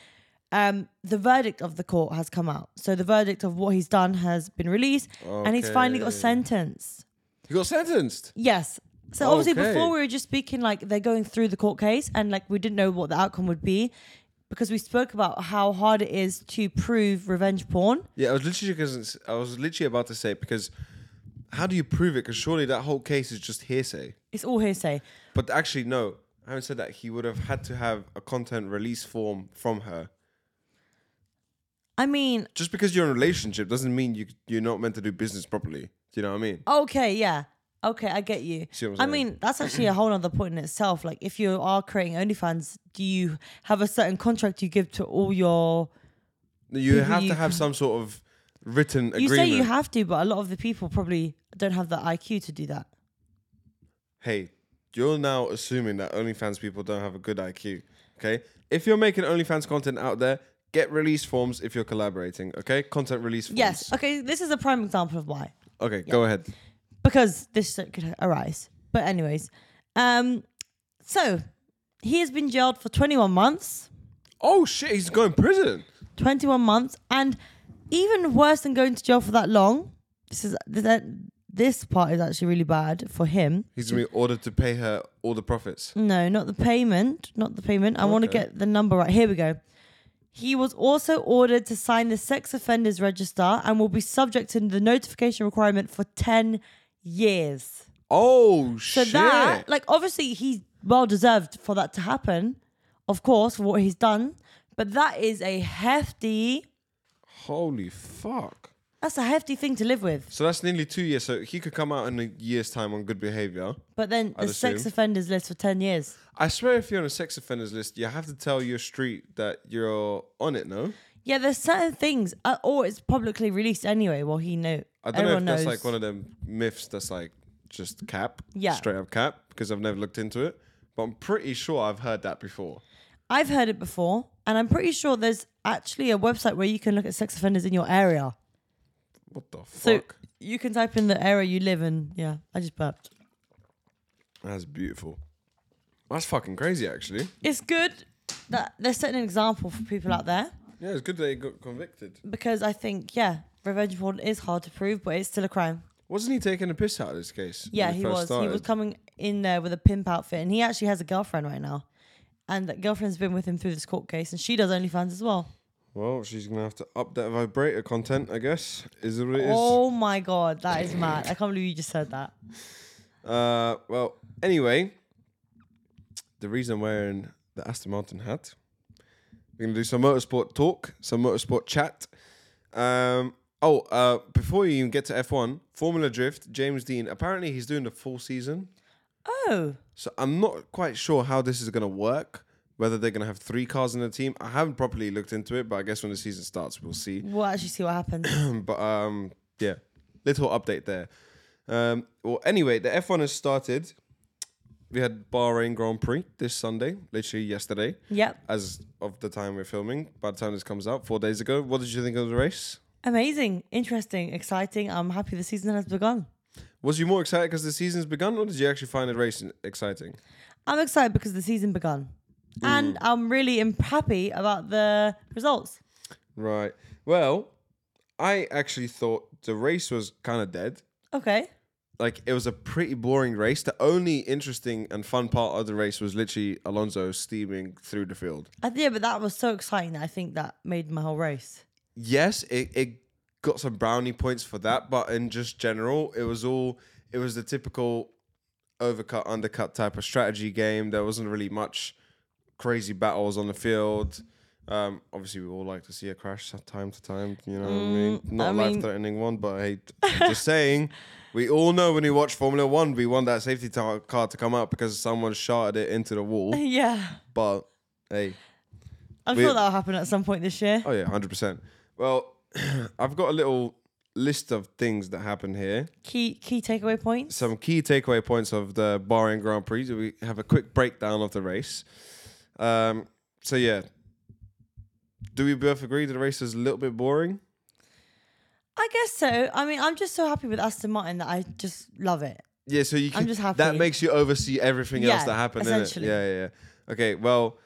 Speaker 2: um, the verdict of the court has come out. So the verdict of what he's done has been released and he's finally got
Speaker 1: Okay.
Speaker 2: sentenced.
Speaker 1: He got sentenced.
Speaker 2: Yes. So obviously
Speaker 1: Okay.
Speaker 2: before we were just speaking like they're going through the court case and like we didn't know what the outcome would be because we spoke about how hard it is to prove revenge porn.
Speaker 1: Yeah, I was literally because I was literally about to say because how do you prove it? Because surely that whole case is just hearsay.
Speaker 2: It's all hearsay.
Speaker 1: But actually, no. Having said that, he would have had to have a content release form from her.
Speaker 2: I mean,
Speaker 1: Just because you're in a relationship doesn't mean you you're not meant to do business properly. Do you know what I mean?
Speaker 2: okay, yeah. Okay, I get you.
Speaker 1: See what I'm
Speaker 2: I
Speaker 1: saying?
Speaker 2: mean, that's actually a whole other point in itself. Like if you are creating OnlyFans, do you have a certain contract you give to all your
Speaker 1: You
Speaker 2: People
Speaker 1: have
Speaker 2: you
Speaker 1: to have some sort of written
Speaker 2: You
Speaker 1: agreement.
Speaker 2: say you have to, but a lot of the people probably don't have the IQ to do that.
Speaker 1: hey, you're now assuming that OnlyFans people don't have a good IQ. Okay, if you're making OnlyFans content out there, get release forms if you're collaborating. Okay, content release forms.
Speaker 2: Yes. Okay, this is a prime example of why.
Speaker 1: Okay, go ahead.
Speaker 2: because this shit could arise. But anyways, um, so he has been jailed for 21 months,
Speaker 1: Oh shit, he's going prison.
Speaker 2: 21 months, and even worse than going to jail for that long. This is that this part is actually really bad for him.
Speaker 1: He's gonna be ordered to pay her all the profits.
Speaker 2: No, not the payment, not the payment. I want to
Speaker 1: Okay.
Speaker 2: get the number right. Here we go. He was also ordered to sign the sex offenders register and will be subject to the notification requirement for 10 years.
Speaker 1: Oh
Speaker 2: So
Speaker 1: shit!
Speaker 2: that, like, obviously he's well deserved for that to happen, of course, for what he's done. But that is a hefty
Speaker 1: Holy fuck!
Speaker 2: That's a hefty thing to live with.
Speaker 1: So that's nearly two years. So he could come out in a year's time on good behavior.
Speaker 2: But then
Speaker 1: I'd
Speaker 2: the sex
Speaker 1: assume.
Speaker 2: offenders list for 10 years.
Speaker 1: I swear, if you're on a sex offenders list, you have to tell your street that you're on it. No,
Speaker 2: Yeah, there's certain things, uh, or it's publicly released anyway. Well, he knew.
Speaker 1: I don't
Speaker 2: Everyone
Speaker 1: know if
Speaker 2: knows.
Speaker 1: that's like one of them myths that's like just cap,
Speaker 2: Yeah.
Speaker 1: straight up cap, because I've never looked into it. But I'm pretty sure I've heard that before.
Speaker 2: I've heard it before, and I'm pretty sure there's actually a website where you can look at sex offenders in your area.
Speaker 1: What the
Speaker 2: So
Speaker 1: fuck?
Speaker 2: you can type in the area you live in. Yeah, I just burped.
Speaker 1: That's beautiful. That's fucking crazy, actually.
Speaker 2: It's good that they're setting an example for people out there
Speaker 1: Yeah, it's good that he got convicted.
Speaker 2: because I think, yeah, revenge porn is hard to prove, but it's still a crime.
Speaker 1: Wasn't he taking a piss out of this case?
Speaker 2: Yeah,
Speaker 1: when
Speaker 2: he
Speaker 1: first
Speaker 2: was. He was
Speaker 1: started?
Speaker 2: coming in there with a pimp outfit, and he actually has a girlfriend right now. And that girlfriend's been with him through this court case, and she does OnlyFans as well.
Speaker 1: Well, she's gonna have to up that vibrator content, I guess. Is it what it is.
Speaker 2: Oh my god, that is mad. I can't believe you just said that.
Speaker 1: Uh, well, anyway, the reason I'm wearing the Aston Martin hat, we're gonna do some motorsport talk, some motorsport chat. Um, oh, uh, before you even get to F1, Formula Drift, James Dean. Apparently, he's doing the full season,
Speaker 2: Oh,
Speaker 1: so I'm not quite sure how this is gonna work. Whether they're gonna have three cars in the team, I haven't properly looked into it, but I guess when the season starts, we'll see.
Speaker 2: we'll actually see what happens.
Speaker 1: but um, yeah, little update there. Um, well, anyway, the F1 has started. We had Bahrain Grand Prix this Sunday, literally yesterday,
Speaker 2: yep,
Speaker 1: as of the time we're filming. By the time this comes out, four days ago. What did you think of the race?
Speaker 2: amazing, interesting, exciting. I'm happy the season has begun.
Speaker 1: Was you more excited because the season's begun, or did you actually find the race exciting?
Speaker 2: I'm excited because the season begun,
Speaker 1: Mm.
Speaker 2: and I'm really imp- happy about the results.
Speaker 1: Right. Well, I actually thought the race was kind of dead.
Speaker 2: Okay,
Speaker 1: like it was a pretty boring race. The only interesting and fun part of the race was literally Alonso steaming through the field.
Speaker 2: I th- yeah, but that was so exciting. That I think that made my whole race.
Speaker 1: Yes, it, it got some brownie points for that, but in just general, it was all it was the typical overcut undercut type of strategy game. There wasn't really much crazy battles on the field. Um, obviously, we all like to see a crash from time to time. You know what I mean? Not
Speaker 2: Mm, I
Speaker 1: a
Speaker 2: mean-
Speaker 1: life threatening one, but hey, I'm just saying. We all know when we watch Formula One, we want that safety tar- car to come out because someone shouted it into the wall.
Speaker 2: yeah,
Speaker 1: But hey,
Speaker 2: I'm
Speaker 1: We-
Speaker 2: sure that'll happen at some point this year.
Speaker 1: Oh yeah, hundred percent. Well, I've got a little list of things that happened here.
Speaker 2: Key key takeaway points.
Speaker 1: Some key takeaway points of the Bahrain Grand Prix. So We have a quick breakdown of the race. Um, so yeah, do we both agree that the race is a little bit boring?
Speaker 2: I guess so. I mean, I'm just so happy with Aston Martin that I just love it.
Speaker 1: Yeah, so you can.
Speaker 2: I'm just happy.
Speaker 1: That makes you oversee everything else
Speaker 2: Yeah,
Speaker 1: that happened. innit?
Speaker 2: essentially.
Speaker 1: Yeah, yeah, yeah. Okay, well,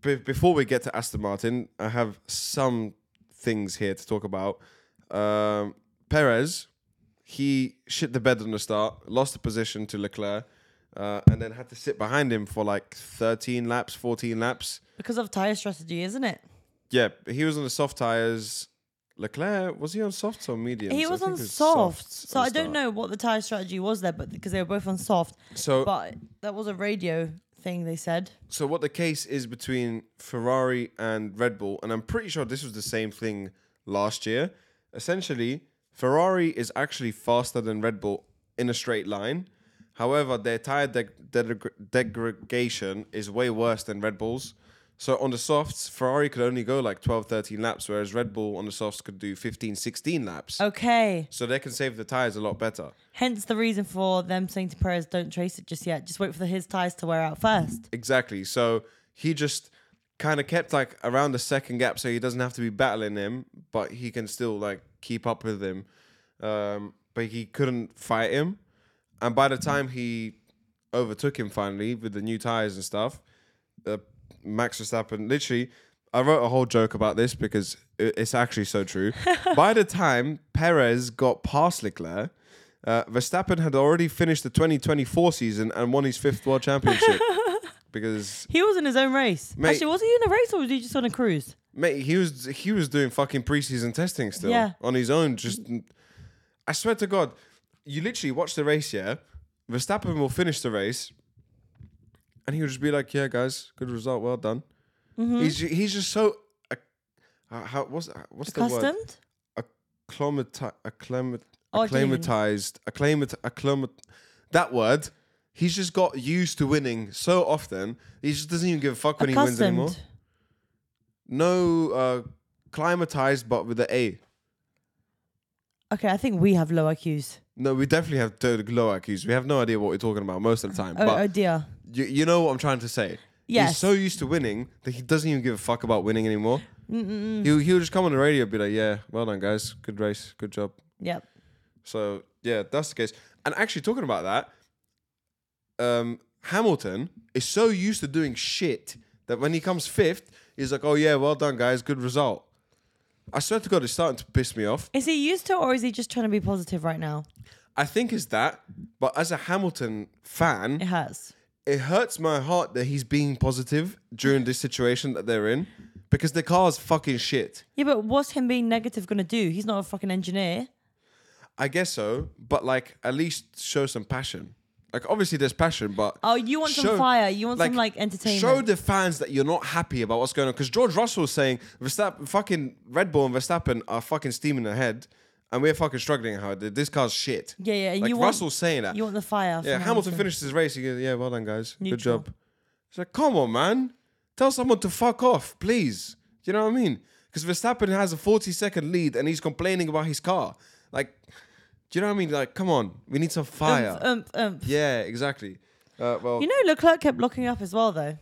Speaker 1: be- before we get to Aston Martin, I have some things here to talk about. Um, Perez, he shit the bed on the start, lost the position to Leclerc, uh, and then had to sit behind him for like 13 laps, 14 laps.
Speaker 2: Because of tire strategy, isn't it?
Speaker 1: Yeah, he was on the soft tires. Leclerc, was he on softs or mediums?
Speaker 2: He
Speaker 1: I
Speaker 2: was
Speaker 1: think
Speaker 2: on
Speaker 1: it
Speaker 2: soft,
Speaker 1: softs
Speaker 2: so
Speaker 1: on
Speaker 2: I don't
Speaker 1: start.
Speaker 2: know what the tire strategy was there, but because they were both on soft,
Speaker 1: So
Speaker 2: but that was a radio thing they said.
Speaker 1: so what the case is between Ferrari and Red Bull, and I'm pretty sure this was the same thing last year. Essentially, Ferrari is actually faster than Red Bull in a straight line. However, their tire deg- deg- degradation is way worse than Red Bull's. So on the softs, Ferrari could only go like 12, 13 laps, whereas Red Bull on the softs could do 15, 16 laps.
Speaker 2: Uh, Okay,
Speaker 1: So they can save the tires a lot better.
Speaker 2: hence the reason for them saying to Perez, "Don't trace it just yet. Just wait for the, his tires to wear out first.
Speaker 1: Exactly. So he just kind of kept like around the second gap, so he doesn't have to be battling him, but he can still like keep up with him. Um, but he couldn't fight him, and by the time he overtook him finally with the new tires and stuff, uh, Max Verstappen literally. I wrote a whole joke about this because i- it's actually so true. By the time Perez got past Leclerc, uh, Verstappen had already finished the 2024 season and won his fifth world championship because
Speaker 2: He was in his own race.
Speaker 1: Mate-
Speaker 2: Actually, was he in a race or was he just on a cruise?
Speaker 1: mate, he was he was doing fucking preseason testing still
Speaker 2: Yeah.
Speaker 1: on his own. Just, I swear to God, you literally watch the race. Yeah, Verstappen will finish the race, and he'll just be like, "Yeah, guys, good result, well done."
Speaker 2: Mm-hmm.
Speaker 1: He's ju- he's just so. Uh, uh, how what's uh, what's the word?
Speaker 2: Accustomed?
Speaker 1: acclimati- acclimat-
Speaker 2: Oh, dear.
Speaker 1: acclimatized, acclimat, acclimat, that word. He's just got used to winning so often. He just doesn't even give a fuck when he wins anymore.
Speaker 2: Accustomed.
Speaker 1: No, uh, climatized, but with the A.
Speaker 2: Okay, I think we have low IQs.
Speaker 1: No, we definitely have dirty low IQs. We have no idea what we're talking about most of the time.
Speaker 2: Oh,
Speaker 1: but
Speaker 2: oh dear.
Speaker 1: you, you know what I'm trying to say. He's
Speaker 2: Yes.
Speaker 1: so used to winning that he doesn't even give a fuck about winning anymore. He'll, he'll just come on the radio and be like, yeah, well done, guys. Good race. Good job.
Speaker 2: Yep.
Speaker 1: So, yeah, that's the case. And actually, talking about that, um, Hamilton is so used to doing shit that when he comes fifth, he's like, oh, yeah, well done, guys. Good result. I swear to God, it's starting to piss me off.
Speaker 2: Is he used to, or is he just trying to be positive right now?
Speaker 1: I think it's that, but as a Hamilton fan,
Speaker 2: It hurts.
Speaker 1: it hurts my heart that he's being positive during this situation that they're in because the car's fucking shit.
Speaker 2: Yeah, but what's him being negative gonna do? He's not a fucking engineer.
Speaker 1: I guess so, but like at least show some passion. Like obviously there's passion, but
Speaker 2: Oh, you want some fire. You want some like entertainment.
Speaker 1: Show the fans that you're not happy about what's going on because George Russell was saying Verstappen, fucking Red Bull and Verstappen are fucking steaming ahead, and we're fucking struggling hard. This car's shit.
Speaker 2: Yeah, yeah, and
Speaker 1: Like
Speaker 2: you want-
Speaker 1: Russell's saying that.
Speaker 2: you want the fire.
Speaker 1: Yeah,
Speaker 2: from
Speaker 1: Hamilton, finished his race. He goes, yeah, well done, guys. Good
Speaker 2: Neutral.
Speaker 1: job. It's like, come on, man. Tell someone to fuck off, please. Do you know what I mean? Because Verstappen has a 40 second lead and he's complaining about his car. Like, do you know what I mean? Like, come on. We need some fire.
Speaker 2: Oomph, oomph, oomph.
Speaker 1: Yeah, exactly. Uh, well,
Speaker 2: Um, You know, Leclerc kept locking up as well, though,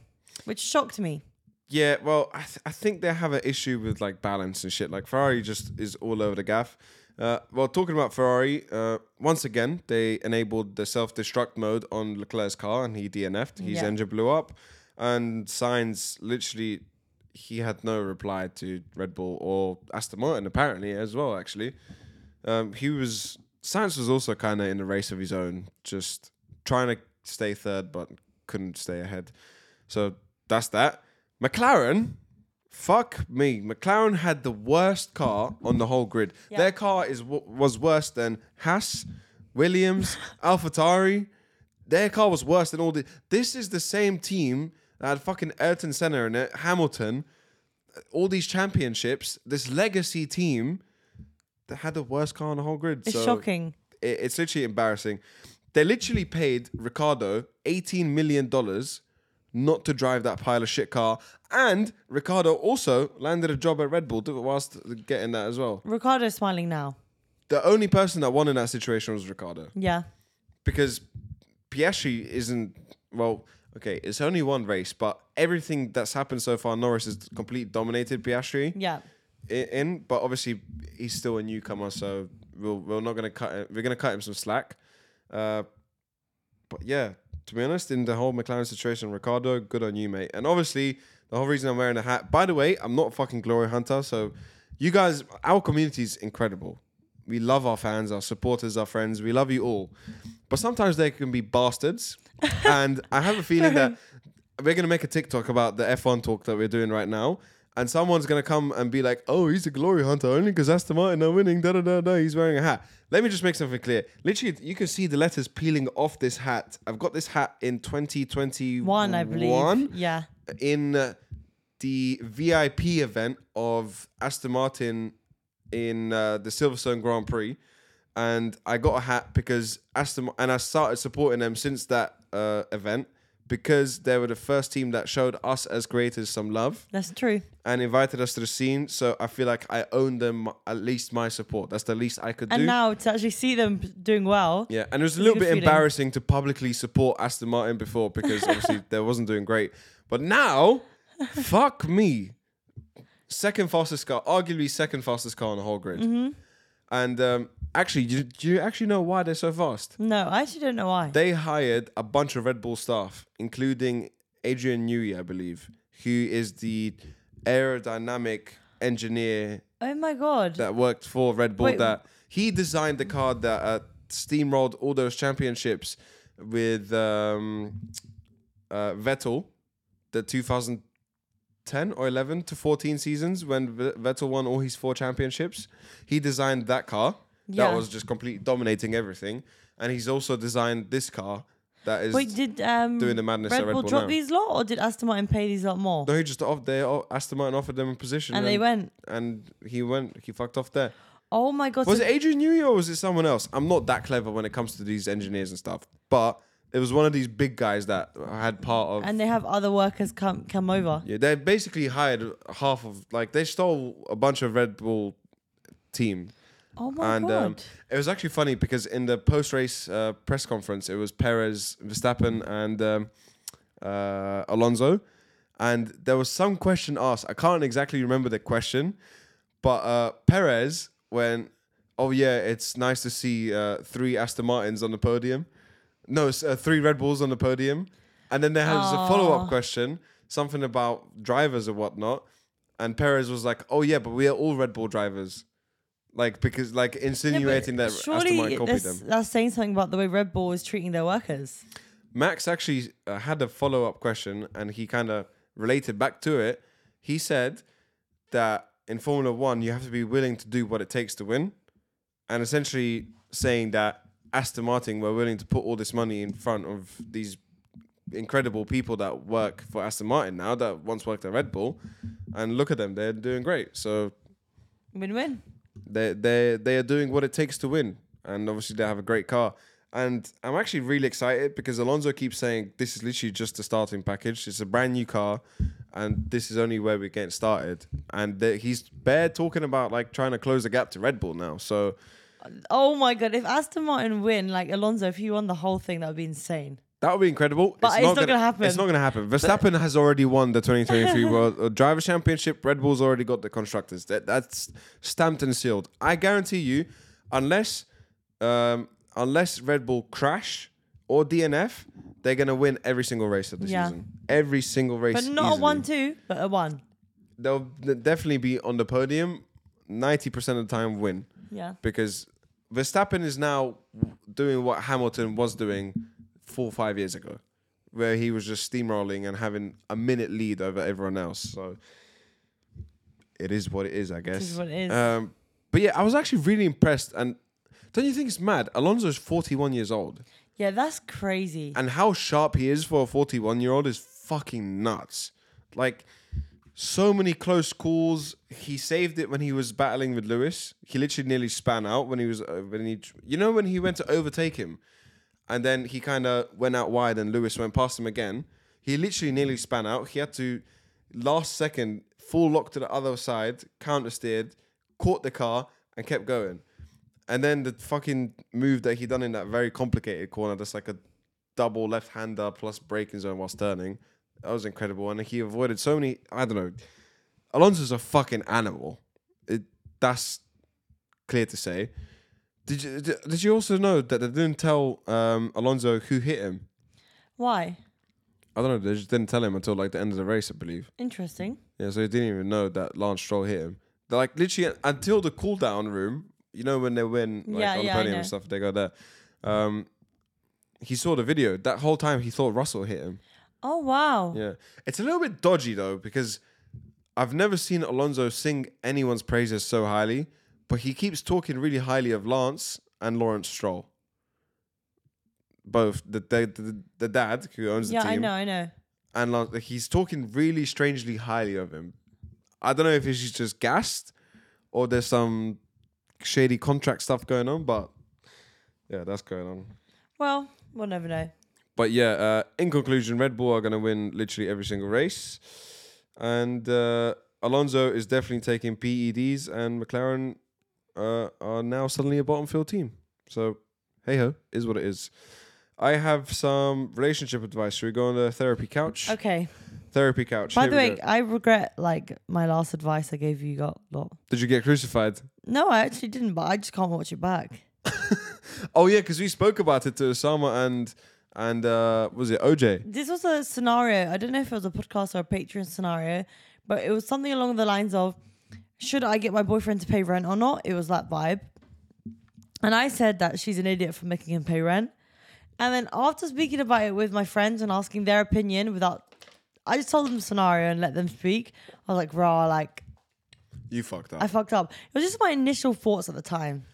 Speaker 2: which shocked me.
Speaker 1: yeah, well, I, th- I think they have an issue with like balance and shit. Like, Ferrari just is all over the gaff. Uh, well, talking about Ferrari, uh, once again, they enabled the self destruct mode on Leclerc's car and he DNF'd. His
Speaker 2: Yeah.
Speaker 1: engine blew up. And Sainz literally, he had no reply to Red Bull or Aston Martin, apparently, as well, actually. Um, he was, Sainz was also kind of in a race of his own, just trying to stay third, but couldn't stay ahead. So that's that. McLaren, fuck me. McLaren had the worst car on the whole grid. Their car is w- was worse than Haas, Williams, AlphaTauri. Their car was worse than all the. This is the same team that had fucking Ayrton Senna in it, Hamilton, uh, all these championships. This legacy team that had the worst car on the whole grid.
Speaker 2: It's
Speaker 1: So
Speaker 2: shocking.
Speaker 1: it- it's literally embarrassing. They literally paid Ricardo eighteen million dollars not to drive that pile of shit car, and Ricardo also landed a job at Red Bull th- whilst getting that as well.
Speaker 2: Ricardo's smiling now.
Speaker 1: The only person that won in that situation was Ricardo
Speaker 2: Yeah.
Speaker 1: because Piastri isn't well. Okay, it's only one race, but everything that's happened so far, Norris has completely dominated Piastri
Speaker 2: Yeah.
Speaker 1: i- in, but obviously he's still a newcomer, so we'll, we're not gonna cut. Him, we're gonna cut him some slack. Uh, but yeah, to be honest, in the whole McLaren situation, Ricardo, good on you, mate. And obviously, the whole reason I'm wearing a hat. By the way, I'm not a fucking glory hunter, so you guys, our community is incredible. We love our fans, our supporters, our friends. We love you all, but sometimes they can be bastards, and I have a feeling that we're gonna make a TikTok about the F1 talk that we're doing right now, and someone's gonna come and be like, "Oh, he's a glory hunter only because Aston Martin are winning." Da da da da. He's wearing a hat. Let me just make something clear. Literally, you can see the letters peeling off this hat. I've got this hat in 2021.
Speaker 2: One, I believe. Yeah.
Speaker 1: in uh, the VIP event of Aston Martin in uh, the Silverstone Grand Prix, and I got a hat because Aston and I started supporting them since that uh, event because they were the first team that showed us as creators some love
Speaker 2: That's true.
Speaker 1: and invited us to the scene. So I feel like I own them at least my support. That's the least I could
Speaker 2: And
Speaker 1: do.
Speaker 2: now to actually see them p- doing well.
Speaker 1: Yeah, and it was a little
Speaker 2: good
Speaker 1: bit
Speaker 2: feeling.
Speaker 1: embarrassing to publicly support Aston Martin before because obviously they wasn't doing great. But now, fuck me. Second fastest car, arguably second fastest car on the whole grid. And um, actually, do, do you actually know why they're so fast?
Speaker 2: No, I actually don't know why.
Speaker 1: They hired a bunch of Red Bull staff, including Adrian Newey, I believe, who is the aerodynamic engineer
Speaker 2: oh my god.
Speaker 1: that worked for Red Bull
Speaker 2: Wait.
Speaker 1: that he designed the car that uh, steamrolled all those championships with um, uh, Vettel, the 2010 or 11 to 14 seasons when v- Vettel won all his four championships. He designed that car
Speaker 2: Yeah.
Speaker 1: that was just completely dominating everything, and he's also designed this car that is.
Speaker 2: Wait, did um
Speaker 1: doing the madness
Speaker 2: Red
Speaker 1: at Red
Speaker 2: Bull
Speaker 1: Bull
Speaker 2: drop
Speaker 1: now.
Speaker 2: these lot, or did Aston Martin pay these lot more?
Speaker 1: no, he just off they Aston Martin offered them a position,
Speaker 2: and they went.
Speaker 1: and he went. He fucked off there.
Speaker 2: Oh my god!
Speaker 1: Was
Speaker 2: so-
Speaker 1: it Adrian Newey or was it someone else? I'm not that clever when it comes to these engineers and stuff, but it was one of these big guys that had part of.
Speaker 2: and they have other workers come come over.
Speaker 1: yeah, they basically hired half of like they stole a bunch of Red Bull team
Speaker 2: Oh my
Speaker 1: and
Speaker 2: god!
Speaker 1: um, it was actually funny because in the post-race uh, press conference, it was Perez, Verstappen, and um, uh, Alonso, and there was some question asked. I can't exactly remember the question, but uh, Perez when, oh yeah, it's nice to see uh, three Aston Martins on the podium. No, it's, uh, three Red Bulls on the podium, and then there was a follow-up question, something about drivers or whatnot, and Perez was like, oh yeah, but we are all Red Bull drivers. Like because like
Speaker 2: Yeah, but
Speaker 1: insinuating that Aston
Speaker 2: surely
Speaker 1: Martin copied
Speaker 2: that's,
Speaker 1: them.
Speaker 2: that's saying something about the way Red Bull is treating their workers.
Speaker 1: Max actually uh, had a follow up question, and he kind of related back to it. He said that in Formula One, you have to be willing to do what it takes to win, and essentially saying that Aston Martin were willing to put all this money in front of these incredible people that work for Aston Martin now that once worked at Red Bull, and look at them, they're doing great. So
Speaker 2: Win win.
Speaker 1: they they they are doing what it takes to win, and obviously they have a great car. And I'm actually really excited because Alonso keeps saying this is literally just the starting package. It's a brand new car, and this is only where we're getting started. And that he's bare talking about like trying to close the gap to Red Bull now. So
Speaker 2: Oh my god! If Aston Martin win, like Alonso, if he won the whole thing, that would be insane.
Speaker 1: that would be incredible.
Speaker 2: But it's not gonna happen.
Speaker 1: It's not going to happen. Verstappen has already won the 2023 World uh, Driver Championship. Red Bull's already got the constructors. That that's stamped and sealed. I guarantee you, unless um, unless Red Bull crash or DNF, they're going to win every single race of the
Speaker 2: Yeah.
Speaker 1: season. Every single race.
Speaker 2: But not a
Speaker 1: easily.
Speaker 2: one-two, but a one.
Speaker 1: They'll definitely be on the podium. 90% of the time, win
Speaker 2: Yeah.
Speaker 1: because Verstappen is now doing what Hamilton was doing four or five years ago, where he was just steamrolling and having a minute lead over everyone else. So it is what it is, I guess.
Speaker 2: is what it is.
Speaker 1: Um, but yeah, I was actually really impressed. And don't you think it's mad? Alonso's 41 years old,
Speaker 2: Yeah, that's crazy.
Speaker 1: and how sharp he is for a 41 year old is fucking nuts. Like, so many close calls. He saved it when he was battling with Lewis. He literally nearly span out when he was uh, when he you know when he went to overtake him, and then he kind of went out wide and Lewis went past him again. He literally nearly span out. He had to last second full lock to the other side, counter steered, caught the car and kept going. And then the fucking move that he done in that very complicated corner, that's like a double left hander plus braking zone whilst turning. That was incredible. And he avoided so many. I don't know. Alonso's a fucking animal. It, that's clear to say. Did you did did you also know that they didn't tell um, Alonso who hit him?
Speaker 2: Why?
Speaker 1: I don't know. They just didn't tell him until like the end of the race, I believe.
Speaker 2: Interesting.
Speaker 1: Yeah, so he didn't even know that Lance Stroll hit him. They're like literally until the cool down room. You know when they win like
Speaker 2: Yeah,
Speaker 1: on
Speaker 2: yeah, I
Speaker 1: the podium
Speaker 2: know.
Speaker 1: and stuff. They go there. Um, he saw the video. That whole time he thought Russell hit him.
Speaker 2: Oh wow.
Speaker 1: Yeah. It's a little bit dodgy though, because I've never seen Alonso sing anyone's praises so highly, but he keeps talking really highly of Lance and Lawrence Stroll. Both the the, the, the dad who owns the
Speaker 2: Yeah,
Speaker 1: team
Speaker 2: I know, I know.
Speaker 1: and Lance, like, he's talking really strangely highly of him. I don't know if he's just gassed or there's some shady contract stuff going on, but yeah, that's going on.
Speaker 2: Well, we'll never know.
Speaker 1: But yeah, uh, in conclusion, Red Bull are going to win literally every single race, and uh, Alonso is definitely taking PEDs, and McLaren uh, are now suddenly a bottom field team. So hey ho, is what it is. I have some relationship advice. Should we go on the therapy couch?
Speaker 2: Okay.
Speaker 1: Therapy couch.
Speaker 2: By
Speaker 1: Here
Speaker 2: the
Speaker 1: we
Speaker 2: way,
Speaker 1: go.
Speaker 2: I regret like my last advice I gave you got lot.
Speaker 1: did you get crucified?
Speaker 2: No, I actually didn't, but I just can't watch it back.
Speaker 1: Oh yeah, because we spoke about it to Osama and and uh, was it OJ?
Speaker 2: This was a scenario. I don't know if it was a podcast or a Patreon scenario, but it was something along the lines of should I get my boyfriend to pay rent or not? It was that vibe. And I said that she's an idiot for making him pay rent. And then after speaking about it with my friends and asking their opinion without I just told them the scenario and let them speak. I was like, raw, like
Speaker 1: You fucked up.
Speaker 2: I fucked up. It was just my initial thoughts at the time.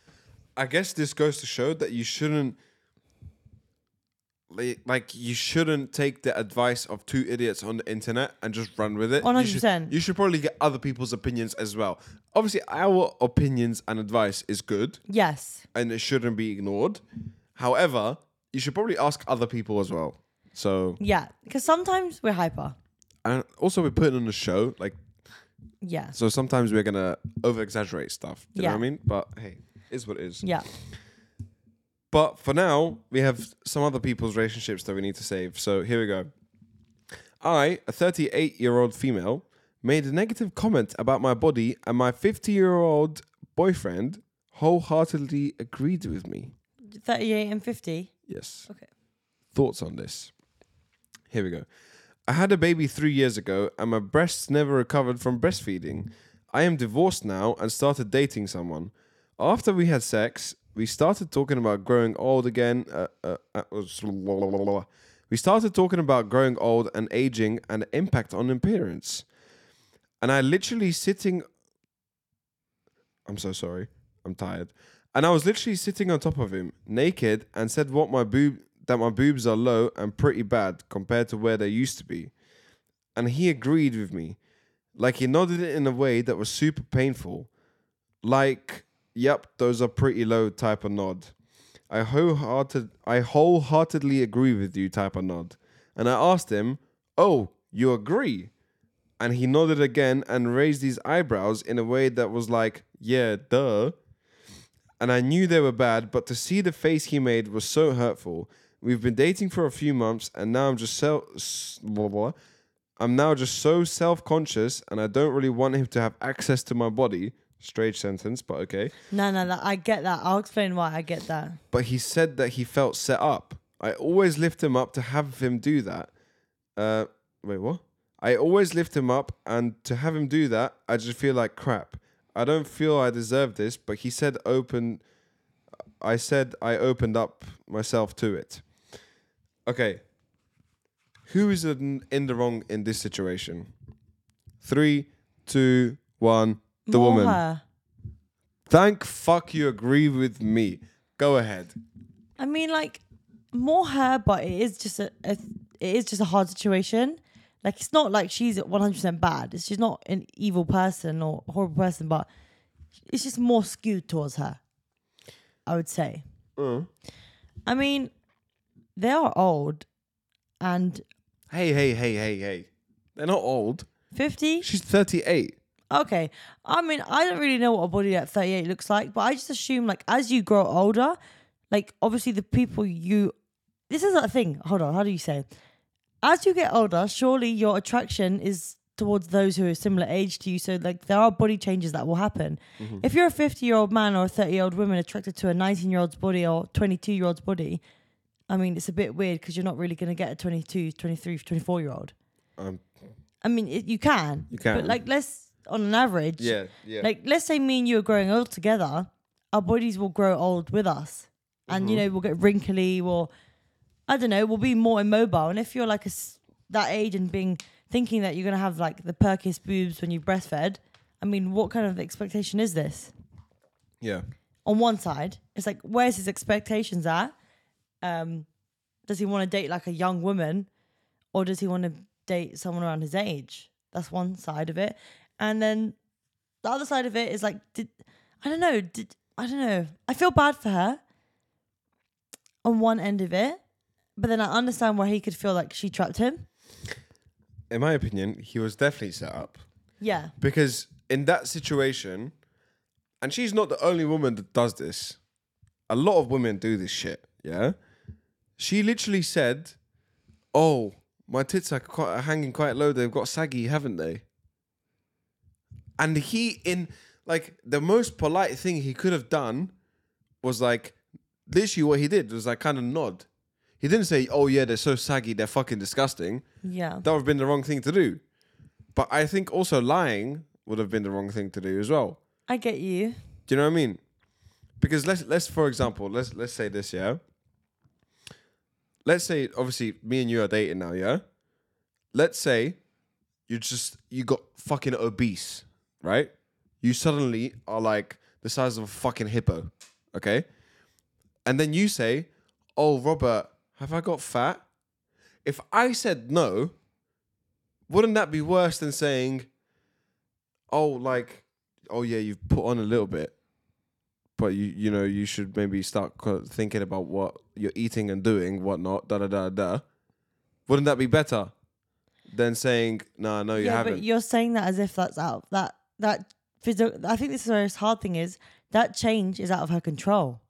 Speaker 1: I guess this goes to show that you shouldn't li- like you shouldn't take the advice of two idiots on the internet and just run with it. You should-
Speaker 2: 100%.
Speaker 1: You should probably get other people's opinions as well. Obviously, our opinions and advice is good
Speaker 2: Yes.
Speaker 1: and it shouldn't be ignored. However, you should probably ask other people as well. So,
Speaker 2: Yeah. Because sometimes we're hyper.
Speaker 1: and also we're putting on a show, like
Speaker 2: Yeah.
Speaker 1: so sometimes we're gonna over exaggerate stuff. You
Speaker 2: Yeah.
Speaker 1: know what I mean? But hey, it is what it is.
Speaker 2: Yeah.
Speaker 1: But for now, we have some other people's relationships that we need to save. So here we go. I, a 38 year old female, made a negative comment about my body, and my 50 year old boyfriend wholeheartedly agreed with me.
Speaker 2: 38 and 50.
Speaker 1: Yes.
Speaker 2: Okay.
Speaker 1: Thoughts on this? Here we go. I had a baby three years ago, and my breasts never recovered from breastfeeding. I am divorced now and started dating someone. After we had sex, we started talking about growing old again. Uh, uh, uh, uh, we started talking about growing old and aging and the impact on appearance. And I literally sitting. I'm so sorry. I'm tired. And I was literally sitting on top of him, naked, and said what my boob that my boobs are low and pretty bad compared to where they used to be. And he agreed with me. Like he nodded it in a way that was super painful. Like, yep, those are pretty low type of nod. I wholehearted I wholeheartedly agree with you type of nod. And I asked him, Oh, you agree? And he nodded again and raised his eyebrows in a way that was like, yeah, duh and I knew they were bad, but to see the face he made was so hurtful. We've been dating for a few months, and now I'm just so s- blah, blah. I'm now just so self-conscious, and I don't really want him to have access to my body. Strange sentence, but okay.
Speaker 2: No, no, that, I get that. I'll explain why I get that.
Speaker 1: But he said that he felt set up. I always lift him up to have him do that. Uh, wait, what? I always lift him up, and to have him do that, I just feel like crap. I don't feel I deserve this, but he said open. I said I opened up myself to it. Okay. Who is in in the wrong in this situation? Three, two, one. The
Speaker 2: More
Speaker 1: woman.
Speaker 2: her.
Speaker 1: Thank fuck you agree with me. Go ahead.
Speaker 2: I mean, like more her, but it is just a, a it is just a hard situation. Like it's not like she's one hundred percent bad. It's, she's not an evil person or horrible person, but it's just more skewed towards her. I would say. I mean, they are old, and
Speaker 1: Hey, hey, hey, hey, hey. They're not old.
Speaker 2: fifty.
Speaker 1: She's 38.
Speaker 2: Okay. I mean, I don't really know what a body at 38 looks like, but I just assume, like, as you grow older, like, obviously the people you. This is a thing. Hold on. How do you say? it? As you get older, surely your attraction is towards those who are similar age to you. So, like, there are body changes that will happen.
Speaker 1: Mm-hmm.
Speaker 2: If you're a 50 year old man or a 30 year old woman attracted to a 19 year old's body or 22 year old's body, I mean, it's a bit weird because you're not really going to get a 22, 23, 24 year old.
Speaker 1: Um,
Speaker 2: I mean, it, you can. You
Speaker 1: can.
Speaker 2: But, like, let's, on an average,
Speaker 1: yeah, yeah.
Speaker 2: like, let's say me and you are growing old together, our bodies will grow old with us. And, you know, we'll get wrinkly, we'll, I don't know, we'll be more immobile. And if you're like a s that age and being thinking that you're going to have like the perkiest boobs when you breastfed, I mean, what kind of expectation is this?
Speaker 1: yeah.
Speaker 2: On one side, it's like, where's his expectations at? Um, does he want to date like a young woman or does he want to date someone around his age? That's one side of it. And then the other side of it is like, did I don't know, did I don't know. I feel bad for her on one end of it, but then I understand where he could feel like she trapped him.
Speaker 1: In my opinion, he was definitely set up
Speaker 2: Yeah.
Speaker 1: because in that situation, and she's not the only woman that does this. A lot of women do this shit. Yeah. She literally said, "Oh, my tits are quite are hanging quite low. They've got saggy, haven't they?" And he, in like the most polite thing he could have done, was like literally what he did was like kind of nod. He didn't say, "Oh yeah, they're so saggy, they're fucking disgusting."
Speaker 2: Yeah.
Speaker 1: that would have been the wrong thing to do. But I think also lying would have been the wrong thing to do as well.
Speaker 2: I get you.
Speaker 1: Do you know what I mean? Because let's let's for example, let's let's say this, yeah. Let's say obviously me and you are dating now, yeah? Let's say you just you got fucking obese, right? You suddenly are like the size of a fucking hippo, okay? And then you say, "Oh, Robert, Have I got fat? If I said no, wouldn't that be worse than saying, oh, like, oh yeah, you've put on a little bit, but you, you know, you should maybe start co- thinking about what you're eating and doing, whatnot, da da da da. Wouldn't that be better than saying, nah, no, you
Speaker 2: yeah,
Speaker 1: haven't?
Speaker 2: but you're saying that as if that's out that that physical. I think this is where it's hard thing is that change is out of her control.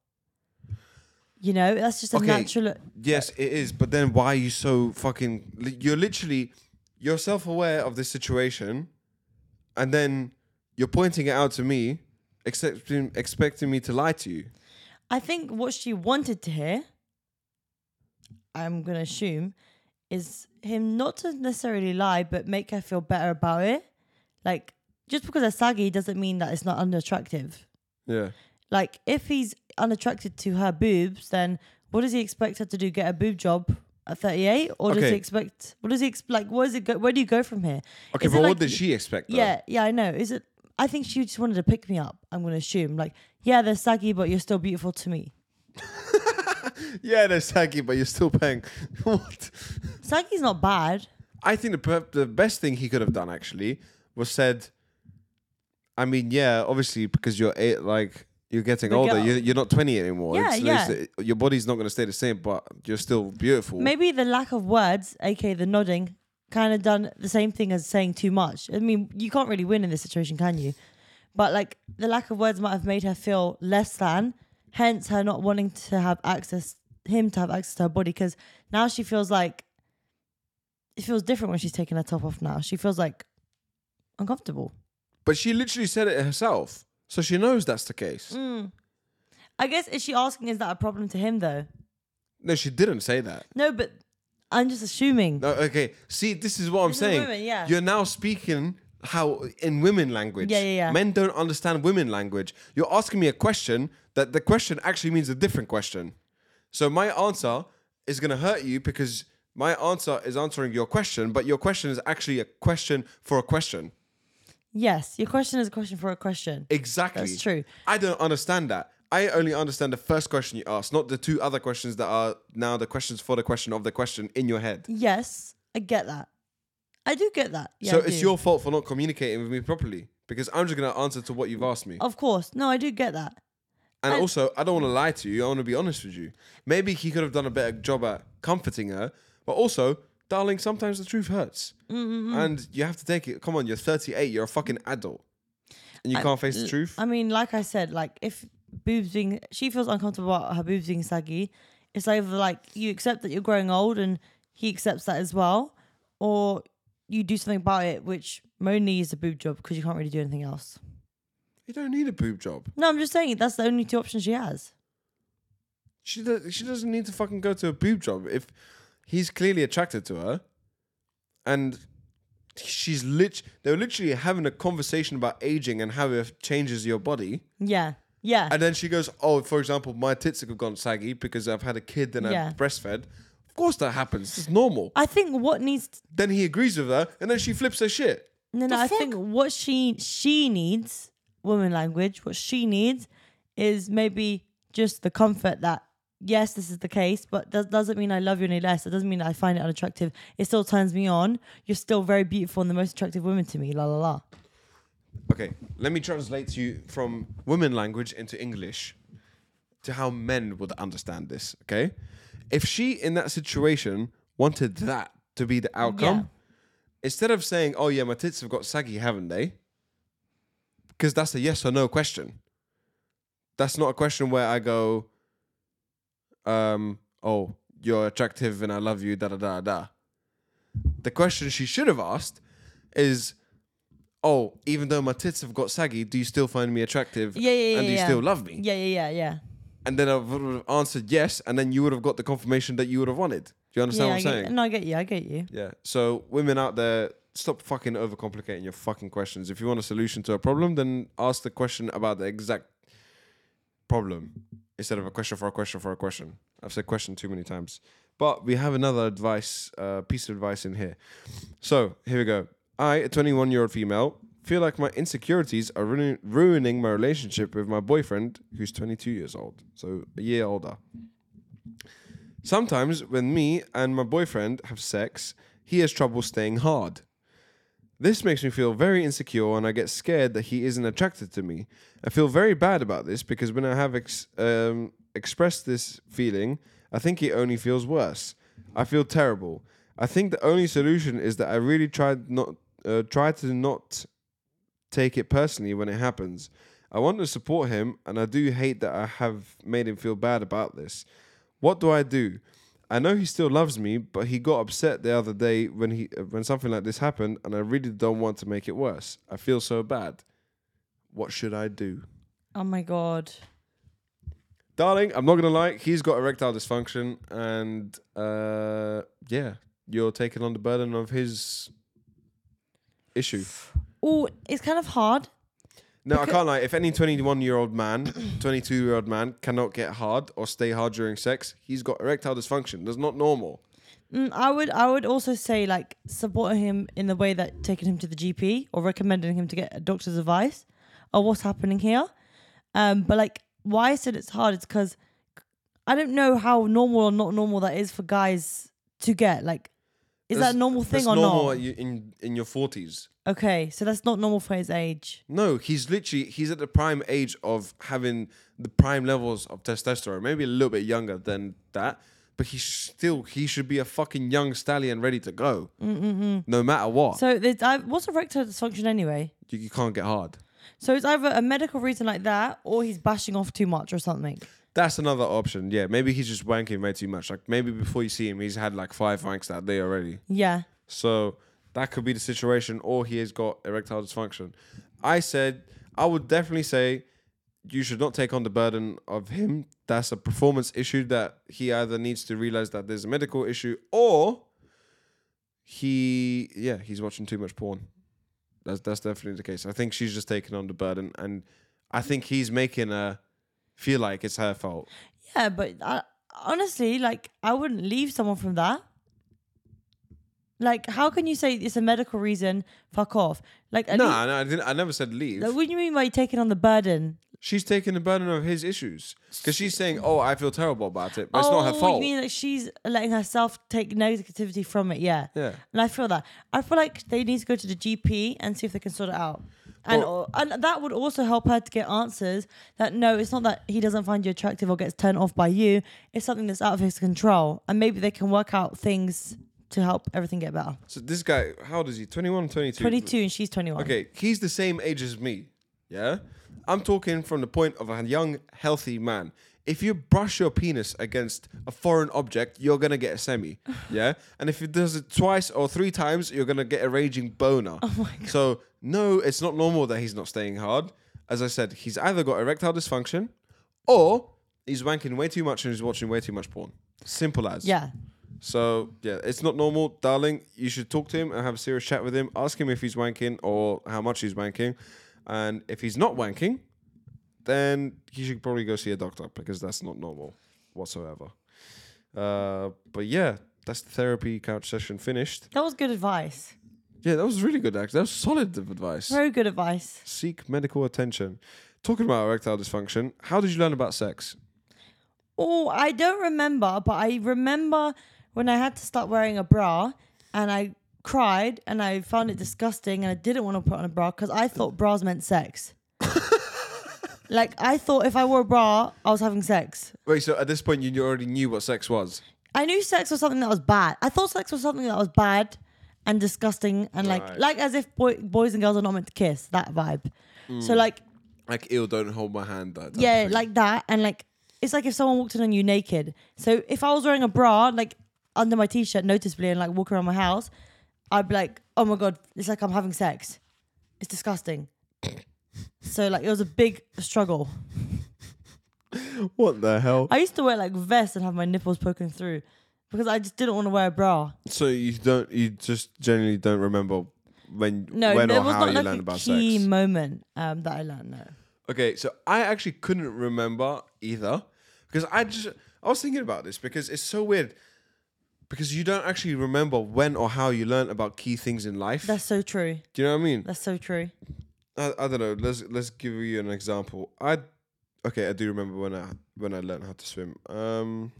Speaker 2: You know, that's just a
Speaker 1: Okay.
Speaker 2: natural.
Speaker 1: Yes, it is. But then why are you so fucking? li- You're literally you're self aware of this situation, and then you're pointing it out to me, expecting expecting me to lie to you.
Speaker 2: I think what she wanted to hear, I'm gonna assume, is him not to necessarily lie, but make her feel better about it. Like just because they're saggy doesn't mean that it's not unattractive.
Speaker 1: Yeah.
Speaker 2: Like if he's unattracted to her boobs, then what does he expect her to do? Get a boob job at 38, or does
Speaker 1: Okay.
Speaker 2: he expect? What does he ex- like? What is it? Go, where do you go from here?
Speaker 1: Okay,
Speaker 2: Is it
Speaker 1: but
Speaker 2: like-
Speaker 1: what did she expect? Though?
Speaker 2: Yeah, yeah, I know. Is it? I think she just wanted to pick me up. I'm gonna assume like, yeah, they're saggy, but you're still beautiful to me.
Speaker 1: Yeah, they're saggy, but you're still paying. what?
Speaker 2: Saggy's not bad.
Speaker 1: I think the per- the best thing he could have done actually was said. I mean, yeah, obviously because you're eight, like you're getting
Speaker 2: The
Speaker 1: older.
Speaker 2: girl-
Speaker 1: You're, you're not twenty anymore.
Speaker 2: Yeah,
Speaker 1: your body's not going to stay the same, but you're still beautiful.
Speaker 2: Maybe the lack of words, aka the nodding, kind of done the same thing as saying too much. I mean, you can't really win in this situation, can you? But like the lack of words might have made her feel less than, hence her not wanting to have access, him to have access to her body, because now she feels like it feels different when she's taking her top off now. She feels like uncomfortable.
Speaker 1: But she literally said it herself. So she knows that's the case.
Speaker 2: Mm. I guess is she asking, is that a problem to him though?
Speaker 1: No, she didn't say that.
Speaker 2: No, but I'm just assuming.
Speaker 1: No, okay. See, this is what I'm
Speaker 2: is
Speaker 1: saying.
Speaker 2: women, yeah.
Speaker 1: You're now speaking how in women language.
Speaker 2: Yeah, yeah, yeah.
Speaker 1: Men don't understand women language. You're asking me a question that the question actually means a different question. So my answer is gonna hurt you because my answer is answering your question, but your question is actually a question for a question.
Speaker 2: Yes, your question is a question for a question.
Speaker 1: Exactly.
Speaker 2: That's true.
Speaker 1: I don't understand that. I only understand the first question you asked, not the two other questions that are now the questions for the question of the question in your head.
Speaker 2: Yes, I get that. I do get that. Yeah,
Speaker 1: so
Speaker 2: I
Speaker 1: it's
Speaker 2: do.
Speaker 1: your fault for not communicating with me properly because I'm just going to answer to what you've asked me.
Speaker 2: Of course. No, I do get that.
Speaker 1: and
Speaker 2: and-
Speaker 1: also, I don't want to lie to you. I want to be honest with you. Maybe he could have done a better job at comforting her, but also, darling, sometimes the truth hurts.
Speaker 2: Mm-hmm.
Speaker 1: And you have to take it. Come on, you're 38, you're a fucking adult. And you can't face the truth.
Speaker 2: I mean, like I said, like if boobs being, she feels uncomfortable about her boobs being saggy. It's either like you accept that you're growing old and he accepts that as well, or you do something about it, which mainly is a boob job because you can't really do anything else.
Speaker 1: you don't need a boob job.
Speaker 2: No, I'm just saying that's the only two options she has.
Speaker 1: She does, she doesn't need to fucking go to a boob job if he's clearly attracted to her, and she's lit. They were literally having a conversation about aging and how it changes your body,
Speaker 2: Yeah. Yeah.
Speaker 1: and then she goes, "Oh, for example, my tits have gone saggy because I've had a kid and
Speaker 2: Yeah.
Speaker 1: I've breastfed." Of course, that happens. It's normal.
Speaker 2: I think what needs
Speaker 1: Then he agrees with her, and then she flips her shit.
Speaker 2: No, no.
Speaker 1: The
Speaker 2: I
Speaker 1: fuck?
Speaker 2: think what she she needs, woman language. What she needs is maybe just the comfort that yes, this is the case, but that doesn't mean I love you any less. It doesn't mean I find it unattractive. It still turns me on. You're still very beautiful and the most attractive woman to me. La la la.
Speaker 1: Okay, let me translate to you from women language into English to how men would understand this, okay? If she in that situation wanted that to be the outcome, instead of saying, "Oh yeah, my tits have got saggy, haven't they?" Because that's a yes or no question. That's not a question where I go, um, "Oh, you're attractive and I love you," da da da da. The question she should have asked is, "Oh, even though my tits have got saggy, do you still find me attractive?
Speaker 2: Yeah, yeah, yeah.
Speaker 1: and do you
Speaker 2: yeah.
Speaker 1: still love me?"
Speaker 2: Yeah, yeah, yeah, yeah.
Speaker 1: and then I would have answered yes, and then you would have got the confirmation that you would have wanted. Do you understand
Speaker 2: yeah,
Speaker 1: what I'm
Speaker 2: I get-
Speaker 1: saying?
Speaker 2: No, I get you. I get you.
Speaker 1: Yeah. So women out there, stop fucking overcomplicating your fucking questions. If you want a solution to a problem, then ask the question about the exact problem instead of a question for a question for a question. I've said question too many times. But we have another advice, uh, piece of advice in here. So here we go. I, a 21 year old female, feel like my insecurities are ruining ruining my relationship with my boyfriend, who's 22 years old, so a year older. Sometimes when me and my boyfriend have sex, he has trouble staying hard. This makes me feel very insecure and I get scared that he isn't attracted to me. I feel very bad about this because when I have ex- um, expressed this feeling, I think he only feels worse. I feel terrible. I think the only solution is that I really tried not uh, try to not take it personally when it happens. I want to support him and I do hate that I have made him feel bad about this. What do I do? I know he still loves me, but he got upset the other day when he when something like this happened, and I really don't want to make it worse. I feel so bad. What should I do,
Speaker 2: Oh my god.
Speaker 1: darling? I'm not gonna lie. He's got erectile dysfunction, and uh, yeah, you're taking on the burden of his issue.
Speaker 2: Oh, it's kind of hard.
Speaker 1: No, I can't lie. If any 21 year old man, 22 year old man cannot get hard or stay hard during sex, he's got erectile dysfunction. That's not normal.
Speaker 2: Mm, I would I would also say like supporting him in the way that taking him to the GP or recommending him to get a doctor's advice or what's happening here. Um, but like why I said it's hard is because I don't know how normal or not normal that is for guys to get. Like, is
Speaker 1: That's-
Speaker 2: that a normal thing
Speaker 1: That's
Speaker 2: or
Speaker 1: normal
Speaker 2: not?
Speaker 1: you- in in your 40s.
Speaker 2: Okay, so that's not normal for his age.
Speaker 1: No, he's literally he's at the prime age of having the prime levels of testosterone. Maybe a little bit younger than that, but he's still he should be a fucking young stallion ready to go. No matter what,
Speaker 2: Mm, So there's, I, what's erectile dysfunction anyway?
Speaker 1: you, you can't get hard.
Speaker 2: So it's either a medical reason like that or he's bashing off too much or something.
Speaker 1: That's another option. Yeah, maybe he's just wanking way too much. Like maybe before you see him, he's had like five wanks that day already.
Speaker 2: Yeah.
Speaker 1: So that could be the situation, or he has got erectile dysfunction. I said, I would definitely say you should not take on the burden of him. That's a performance issue that he either needs to realize that there's a medical issue, or he, yeah, he's watching too much porn. That's that's definitely the case. I think she's just taking on the burden, and I think he's making her feel like it's her fault.
Speaker 2: Yeah, but I, honestly, like, I wouldn't leave someone from that. Like, how can you say it's a medical reason? Fuck off. Like, at
Speaker 1: No,
Speaker 2: least-
Speaker 1: no, I didn't. I never said leave.
Speaker 2: like, what do you mean by taking on the burden?
Speaker 1: She's taking the burden of his issues because she's saying, "Oh, I feel terrible about it, but it's not her
Speaker 2: Oh, You
Speaker 1: fault."
Speaker 2: mean like she's letting herself take negativity from it? Yeah.
Speaker 1: Yeah.
Speaker 2: And I feel that. I feel like they need to go to the GP and see if they can sort it out. And, or, and that would also help her to get answers that no, it's not that he doesn't find you attractive or gets turned off by you. It's something that's out of his control. And maybe they can work out things to help everything get better.
Speaker 1: So this guy, how old is he? 21, 22?
Speaker 2: 22 and she's 21.
Speaker 1: Okay, he's the same age as me. Yeah, I'm talking from the point of a young, healthy man. If you brush your penis against a foreign object, you're gonna get a semi. Yeah, and if it does it twice or three times, you're gonna get a raging boner. Oh my God. So no, it's not normal that he's not staying hard. As I said, he's either got erectile dysfunction, or he's wanking way too much and he's watching way too much porn. Simple as.
Speaker 2: Yeah.
Speaker 1: So yeah, it's not normal, darling. You should talk to him and have a serious chat with him. Ask him if he's wanking or how much he's wanking, and if he's not wanking, then he should probably go see a doctor because that's not normal whatsoever. Uh, but yeah, that's the therapy couch session finished.
Speaker 2: That was good advice.
Speaker 1: Yeah, that was really good. Actually, that was solid advice.
Speaker 2: Very good advice.
Speaker 1: Seek medical attention. Talking about erectile dysfunction, how did you learn about sex?
Speaker 2: Oh, I don't remember, but I remember when I had to start wearing a bra and I cried and I found it disgusting and I didn't want to put on a bra because I thought bras meant sex. like, I thought if I wore a bra, I was having sex.
Speaker 1: Wait, so at this point you already knew what sex was.
Speaker 2: I knew sex was something that was bad. I thought sex was something that was bad and disgusting and like,
Speaker 1: Right.
Speaker 2: like as if boy, boys and girls are not meant to kiss, that vibe. So, like,
Speaker 1: Like, ew, don't hold my hand. That, that
Speaker 2: yeah,
Speaker 1: thing.
Speaker 2: like that, and like it's like if someone walked in on you naked. So if I was wearing a bra, like under my t-shirt, noticeably, and like walk around my house, I'd be like, oh my god, it's like I'm having sex. It's disgusting. so like it was a big struggle.
Speaker 1: what the hell?
Speaker 2: I used to wear like vests and have my nipples poking through because I just didn't want to wear a bra.
Speaker 1: So you don't, you just generally don't remember when,
Speaker 2: No,
Speaker 1: when
Speaker 2: there
Speaker 1: or
Speaker 2: was
Speaker 1: how
Speaker 2: not
Speaker 1: you
Speaker 2: like
Speaker 1: learned
Speaker 2: a
Speaker 1: about
Speaker 2: key
Speaker 1: sex.
Speaker 2: moment um, that I learned. No.
Speaker 1: Okay, so I actually couldn't remember either because I just I was thinking about this because it's so weird because you don't actually remember when or how you learn about key things in life.
Speaker 2: That's so true.
Speaker 1: Do you know what I mean?
Speaker 2: That's so true.
Speaker 1: I, I don't know. Let's let's give you an example. I okay, I do remember when I when I learned how to swim. Um,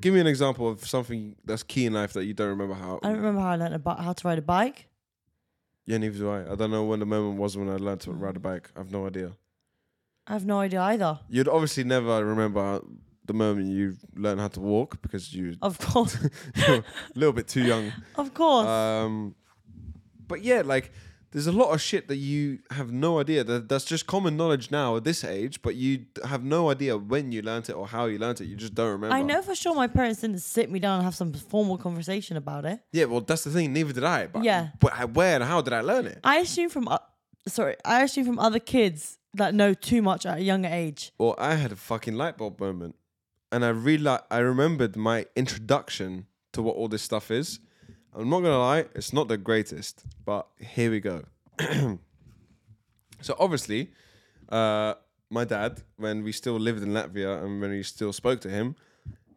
Speaker 1: Give me an example of something that's key in life that you don't remember how.
Speaker 2: I don't remember how I learned about how to ride a bike.
Speaker 1: Yeah, neither do I. I don't know when the moment was when I learned to ride a bike. I have no idea.
Speaker 2: I have no idea either.
Speaker 1: You'd obviously never remember the moment you learned how to walk because you
Speaker 2: Of course,
Speaker 1: were a little bit too young.
Speaker 2: of course.
Speaker 1: Um, but yeah, like there's a lot of shit that you have no idea that that's just common knowledge now at this age, but you d- have no idea when you learnt it or how you learnt it. You just don't remember.
Speaker 2: I know for sure my parents didn't sit me down and have some formal conversation about it.
Speaker 1: Yeah, well, that's the thing. Neither did I. But
Speaker 2: Yeah.
Speaker 1: But I- where and how did I learn it?
Speaker 2: I assume from uh, sorry, I assume from other kids that know too much at a younger age.
Speaker 1: Well, I had a fucking light bulb moment, and I realized I remembered my introduction to what all this stuff is. I'm not gonna lie, it's not the greatest, but here we go. so obviously, uh, my dad, when we still lived in Latvia and when we still spoke to him,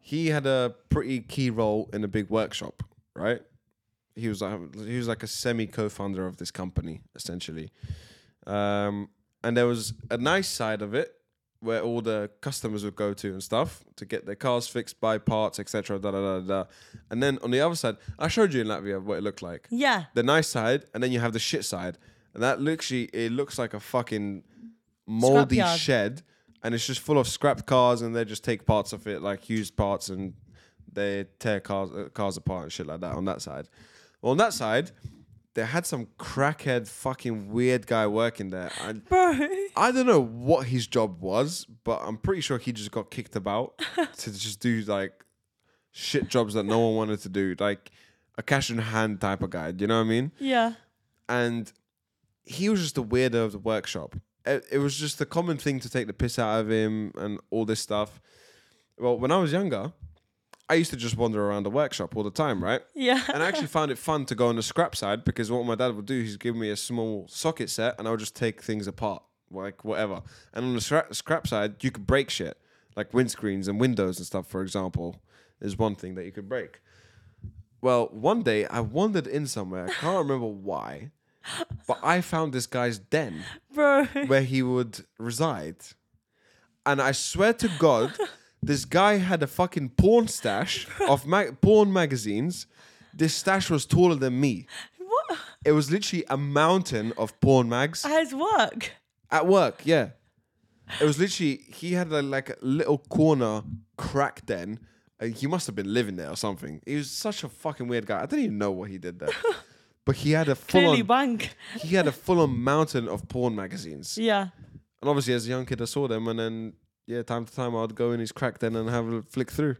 Speaker 1: he had a pretty key role in a big workshop, right? He was like he was like a semi co-founder of this company essentially, um, and there was a nice side of it where all the customers would go to and stuff to get their cars fixed, buy parts, etc. Da da da da. da. And then on the other side, I showed you in Latvia what it looked like
Speaker 2: Yeah,
Speaker 1: the nice side, and then you have the shit side, and that literally it looks like a fucking moldy
Speaker 2: Scrapyard.
Speaker 1: shed, and it's just full of scrapped cars, and they just take parts of it, like used parts, and they tear cars uh, cars apart and shit like that on that side. Well, on that side, they had some crackhead fucking weird guy working there. And
Speaker 2: bro.
Speaker 1: I don't know what his job was, but I'm pretty sure he just got kicked about to just do like shit jobs that no one wanted to do, like a cash in hand type of guy. Do you know what I mean?
Speaker 2: Yeah,
Speaker 1: and he was just the weirdo of the workshop. It, it was just the common thing to take the piss out of him and all this stuff. Well, when I was younger, I used to just wander around the workshop all the time, right?
Speaker 2: yeah.
Speaker 1: And I actually found it fun to go on the scrap side because what my dad would do, he's give me a small socket set and I would just take things apart, like whatever. And on the scrap, scrap side, you could break shit, like windscreens and windows and stuff, for example, is one thing that you could break. Well, one day I wandered in somewhere, I can't remember why, but I found this guy's den
Speaker 2: bro.
Speaker 1: where he would reside. And I swear to God, this guy had a fucking porn stash of ma- porn magazines. This stash was taller than me.
Speaker 2: What?
Speaker 1: It was literally a mountain of porn mags
Speaker 2: At his work.
Speaker 1: at work. Yeah, it was literally he had a, like a little corner crack den. Uh, He must have been living there or something. He was such a fucking weird guy. I don't even know what he did there, but he had a full
Speaker 2: Clearly
Speaker 1: on
Speaker 2: bank.
Speaker 1: he had a full on mountain of porn magazines.
Speaker 2: Yeah.
Speaker 1: And obviously, as a young kid, I saw them, and then yeah, time to time, I'd go in his crack then and have a flick through.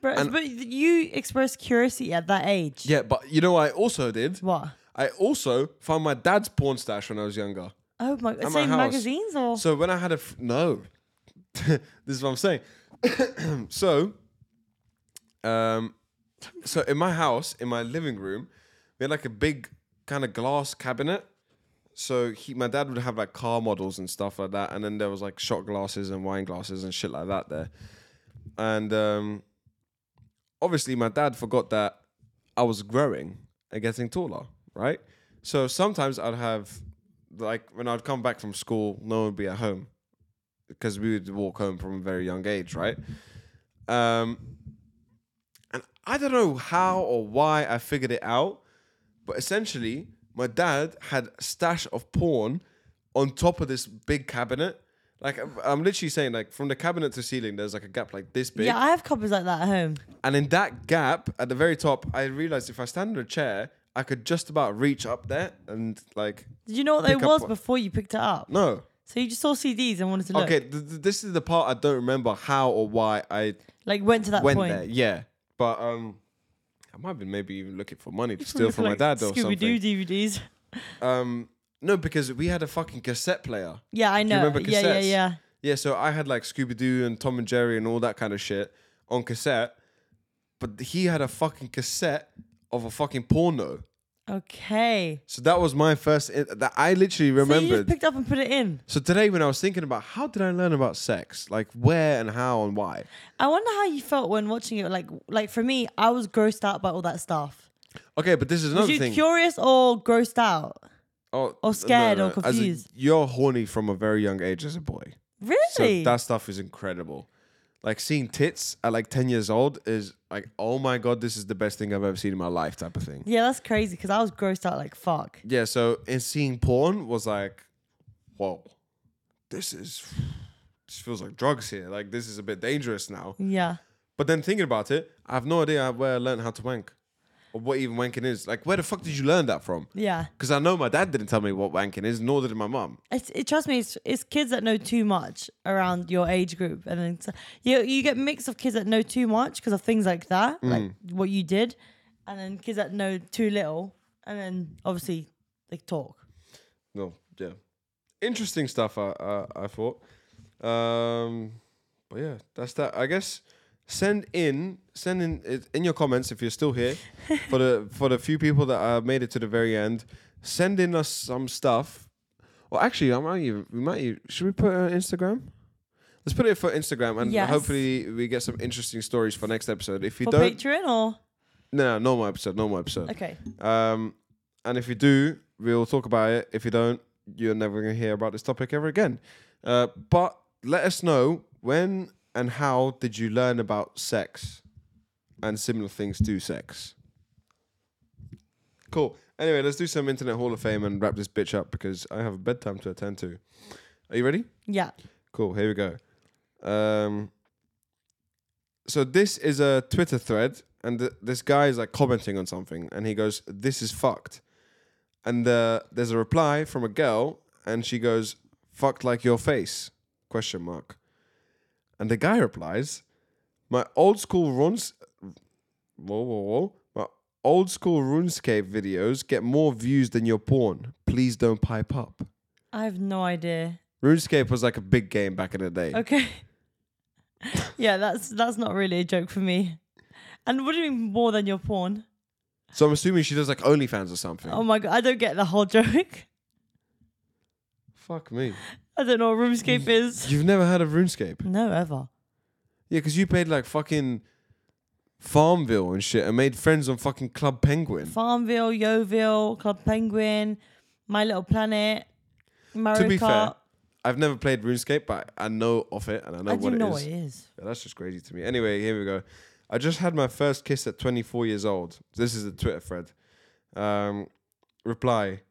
Speaker 2: Bro,
Speaker 1: And-
Speaker 2: but you expressed curiosity at that age.
Speaker 1: Yeah, but you know what I also did?
Speaker 2: What?
Speaker 1: I also found my dad's porn stash when I was younger.
Speaker 2: Oh my!
Speaker 1: my
Speaker 2: Same
Speaker 1: house.
Speaker 2: magazines or?
Speaker 1: So when I had a f- no, this is what I'm saying. so, um, so in my house, in my living room, we had like a big kind of glass cabinet. So he, my dad would have like car models and stuff like that, and then there was like shot glasses and wine glasses and shit like that there. And um, obviously, my dad forgot that I was growing and getting taller, right? So sometimes I'd have like when I'd come back from school, no one would be at home because we would walk home from a very young age, right? Um, and I don't know how or why I figured it out, but essentially, my dad had a stash of porn on top of this big cabinet. Like I'm- I'm literally saying, like from the cabinet to ceiling, there's like a gap like this big.
Speaker 2: yeah, I have copies like that at home.
Speaker 1: And in that gap at the very top, I realized if I stand in a chair, I could just about reach up there and like
Speaker 2: Did you know what they
Speaker 1: Pick up
Speaker 2: was
Speaker 1: what-
Speaker 2: before you picked it up?
Speaker 1: no.
Speaker 2: So you just saw CDs and wanted to look.
Speaker 1: Okay, th- th- this is the part I don't remember how or why I
Speaker 2: Like went to that
Speaker 1: went
Speaker 2: point.
Speaker 1: there. Yeah, but um, I might have been maybe even looking for money to steal
Speaker 2: Look
Speaker 1: from my
Speaker 2: like
Speaker 1: dad or
Speaker 2: Scooby-Doo
Speaker 1: something.
Speaker 2: DVDs.
Speaker 1: Um, no, because we had a fucking cassette player.
Speaker 2: Yeah, I know.
Speaker 1: remember
Speaker 2: yeah, yeah,
Speaker 1: cassettes?
Speaker 2: yeah.
Speaker 1: Yeah, so I had like Scooby Doo and Tom and Jerry and all that kind of shit on cassette, but he had a fucking cassette of a fucking porno.
Speaker 2: Okay.
Speaker 1: So that was my first. i- that I literally
Speaker 2: So you just
Speaker 1: remembered.
Speaker 2: picked up and put it in.
Speaker 1: so today, when I was thinking about how did I learn about sex, like where and how and why,
Speaker 2: I wonder how you felt when watching it. Like, like for me, I was grossed out by all that stuff.
Speaker 1: Okay, but this is
Speaker 2: Was
Speaker 1: another
Speaker 2: you
Speaker 1: thing.
Speaker 2: curious or grossed out?
Speaker 1: oh,
Speaker 2: or scared or
Speaker 1: As a-
Speaker 2: confused?
Speaker 1: you're horny from a very young age as a boy, so
Speaker 2: Really?
Speaker 1: that stuff is incredible. like seeing tits at like 10 years old is like, oh my God, this is the best thing I've ever seen in my life type of thing.
Speaker 2: Yeah, that's crazy because I was grossed out like fuck.
Speaker 1: Yeah, so and seeing porn was like, whoa, this is this feels like drugs here. Like this is a bit dangerous now.
Speaker 2: Yeah.
Speaker 1: But then thinking about it, I have no idea where I learned how to wank, or what even wanking is. Like, where the fuck did you learn that from?
Speaker 2: Yeah.
Speaker 1: Because I know my dad didn't tell me what wanking is, nor did my mum.
Speaker 2: It's, it, trust me, it's, it's kids that know too much around your age group, and then so- you you get mix of kids that know too much because of things like that,
Speaker 1: Mm.
Speaker 2: like what you did, and then kids that know too little, and then obviously they talk.
Speaker 1: No, yeah, interesting stuff. I I, I thought, um, but yeah, that's that. I guess send in send in it in your comments if you're still here for the for the few people that uh, made it to the very end. Send in us some stuff. Well, actually, I might even we might even, should we put it on Instagram? Let's put it for Instagram and
Speaker 2: Yes.
Speaker 1: hopefully we get some interesting stories for next episode. If you
Speaker 2: For
Speaker 1: don't,
Speaker 2: Patreon or
Speaker 1: no, no, normal episode, normal episode.
Speaker 2: okay,
Speaker 1: Um, and if you do, we'll talk about it. If you don't, you're never going to hear about this topic ever again. Uh, but let us know when and how did you learn about sex and similar things to sex? Cool. Anyway, let's do some Internet Hall of Fame and wrap this bitch up because I have a bedtime to attend to. Are you ready?
Speaker 2: yeah,
Speaker 1: Cool. Here we go. Um, so this is a Twitter thread, and th- this guy is like commenting on something, and he goes, "This is fucked," and uh, there's a reply from a girl, and she goes, "Fucked like your face?" Question mark. And the guy replies, "My old school runs, whoa, whoa, whoa, my old school RuneScape videos get more views than your porn. Please don't pipe up."
Speaker 2: I have no idea.
Speaker 1: RuneScape was like a big game back in the day.
Speaker 2: Okay, yeah, that's that's not really a joke for me. And what do you mean more than your porn?
Speaker 1: So I'm assuming she does like OnlyFans or something.
Speaker 2: Oh my god, I don't get the whole joke.
Speaker 1: Fuck me.
Speaker 2: I don't know what RuneScape is.
Speaker 1: You've never heard of RuneScape?
Speaker 2: No, ever.
Speaker 1: Yeah, because you played like fucking Farmville and shit and made friends on fucking Club Penguin.
Speaker 2: Farmville, Yeovil, Club Penguin, My Little Planet, Mario
Speaker 1: to be fair,
Speaker 2: Kart.
Speaker 1: I've never played RuneScape, but I know of it and I know
Speaker 2: I
Speaker 1: what
Speaker 2: do
Speaker 1: it is.
Speaker 2: know what it is.
Speaker 1: Yeah, that's just crazy to me. Anyway, here we go. I just had my first kiss at 24 years old. This is a Twitter thread. Um, reply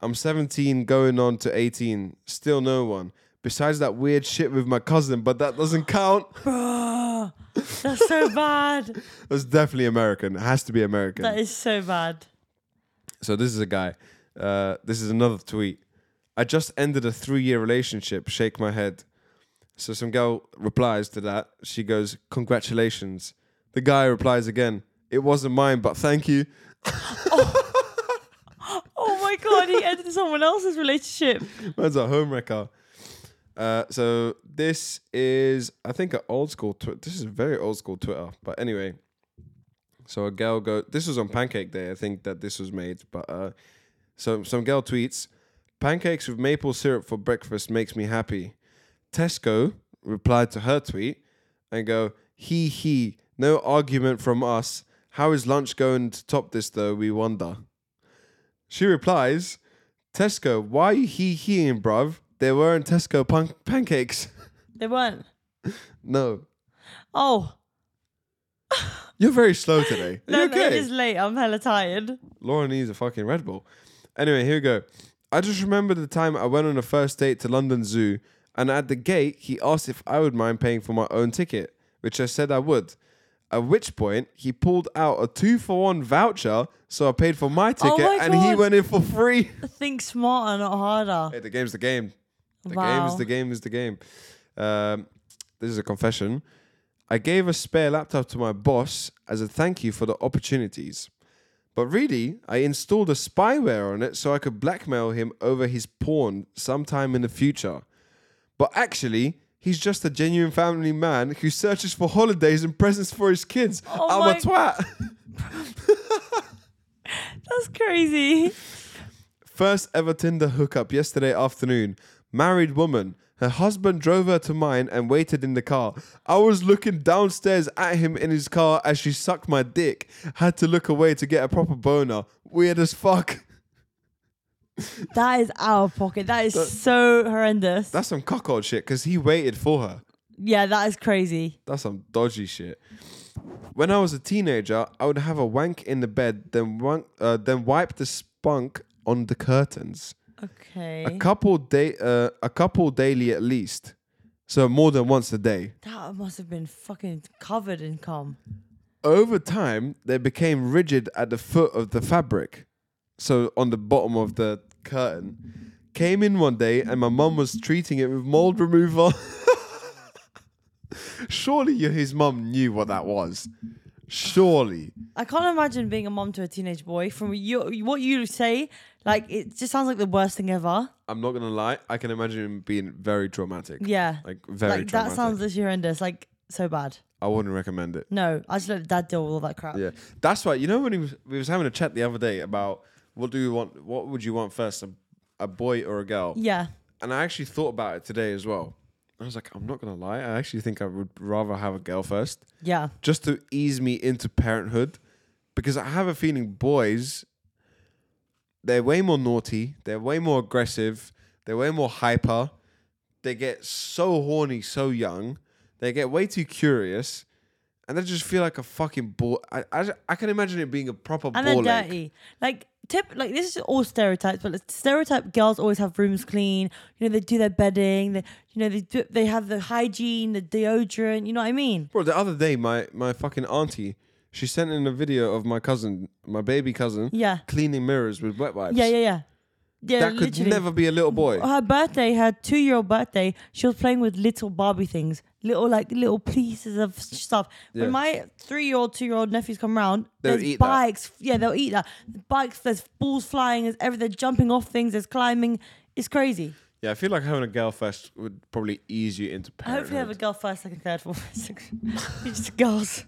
Speaker 1: I'm 17 going on to 18. Still no one. Besides that weird shit with my cousin, but that doesn't count.
Speaker 2: Bruh, that's so bad.
Speaker 1: That's definitely American. It has to be American.
Speaker 2: That is so bad.
Speaker 1: so this is a guy. Uh, this is another tweet. I just ended a three-year relationship. Shake my head. So some girl replies to that. She goes, "Congratulations." The guy replies again. It wasn't mine, but thank you.
Speaker 2: Oh my god, he ended someone else's relationship.
Speaker 1: Mine's a home wrecker. Uh, so this is, I think, an old school. Tw- this is very old school Twitter. But anyway, so a girl go. This was on Pancake Day. I think that this was made. But uh, so some girl tweets, "Pancakes with maple syrup for breakfast makes me happy." Tesco replied to her tweet and go, "He he, no argument from us. How is lunch going to top this though? We wonder." She replies. Tesco, why are you he heeing, bruv? There weren't Tesco pan- pancakes.
Speaker 2: They weren't.
Speaker 1: no.
Speaker 2: Oh,
Speaker 1: You're very slow today. Are
Speaker 2: no,
Speaker 1: you
Speaker 2: no, it
Speaker 1: okay?
Speaker 2: is late. I'm hella tired.
Speaker 1: Laura needs a fucking Red Bull. Anyway, here we go. I just remember the time I went on a first date to London Zoo, and at the gate, he asked if I would mind paying for my own ticket, which I said I would. At which point, he pulled out a two for one voucher, so I paid for my ticket,
Speaker 2: Oh my
Speaker 1: and he
Speaker 2: God.
Speaker 1: went in for free.
Speaker 2: Think smarter, not harder.
Speaker 1: Hey, the game's the game. The game
Speaker 2: Wow.
Speaker 1: is the game is the game. Um, this is a confession. I gave a spare laptop to my boss as a thank you for the opportunities. But really, I installed a spyware on it so I could blackmail him over his porn sometime in the future. But actually, he's just a genuine family man who searches for holidays and presents for his kids.
Speaker 2: Oh
Speaker 1: I'm a
Speaker 2: my-
Speaker 1: twat.
Speaker 2: That's crazy.
Speaker 1: First ever Tinder hookup yesterday afternoon. Married woman. Her husband drove her to mine and waited in the car. I was looking downstairs at him in his car as she sucked my dick. Had to look away to get a proper boner. Weird as fuck.
Speaker 2: That is out of pocket. That is so horrendous.
Speaker 1: That's some cuckold shit because he waited for her.
Speaker 2: Yeah, that is crazy.
Speaker 1: That's some dodgy shit. When I was a teenager, I would have a wank in the bed, then wank, uh, then wipe the spunk on the curtains. A
Speaker 2: Okay.
Speaker 1: couple day, uh, a couple daily at least, so more than once a day.
Speaker 2: That must have been fucking covered in cum.
Speaker 1: Over time, they became rigid at the foot of the fabric, so on the bottom of the curtain. Came in one day, and my mum was treating it with mold remover. Surely you- his mum knew what that was. Surely.
Speaker 2: I can't imagine being a mom to a teenage boy. From you, what you say, like it just sounds like the worst thing ever.
Speaker 1: I'm not gonna lie. I can imagine him being very traumatic.
Speaker 2: Yeah,
Speaker 1: Like very
Speaker 2: like
Speaker 1: traumatic.
Speaker 2: that sounds just horrendous. Like so bad.
Speaker 1: I wouldn't recommend it.
Speaker 2: No, I just let dad deal with all that crap.
Speaker 1: Yeah, that's why. You know when he was, we was having a chat the other day about what do you want? What would you want first, a, a boy or a girl?
Speaker 2: Yeah.
Speaker 1: And I actually thought about it today as well. I was like, I'm not gonna lie. I actually think I would rather have a girl first,
Speaker 2: Yeah.
Speaker 1: just to ease me into parenthood, because I have a feeling boys, they're way more naughty. They're way more aggressive. They're way more hyper. They get so horny so young. They get way too curious. And they just feel like a fucking ball. I, I, I can imagine it being a proper
Speaker 2: And
Speaker 1: ball.
Speaker 2: they're
Speaker 1: ache.
Speaker 2: dirty. Like tip like this is all stereotypes, but it's stereotype girls always have rooms clean. You know, they do their bedding, they you know, they do, they have the hygiene, the deodorant, you know what I mean?
Speaker 1: Bro, the other day, my my fucking auntie, she sent in a video of my cousin, my baby cousin,
Speaker 2: Yeah.
Speaker 1: cleaning mirrors with wet wipes.
Speaker 2: Yeah, yeah, yeah. Yeah,
Speaker 1: That could
Speaker 2: literally.
Speaker 1: never be a little boy.
Speaker 2: her birthday, her two year old birthday, she was playing with little Barbie things. Little like little pieces of stuff.
Speaker 1: Yeah.
Speaker 2: When my three year old, two year old nephews come round,
Speaker 1: They'll
Speaker 2: there's
Speaker 1: eat that.
Speaker 2: bikes. Yeah, they'll eat that. Bikes, there's balls flying, there's everything they're jumping off things, there's climbing. It's crazy.
Speaker 1: Yeah, I feel like having a girl first would probably ease you into
Speaker 2: I
Speaker 1: parenthood.
Speaker 2: hopefully have a girl first, second, third, fourth, fifth, sixth. It's just girls.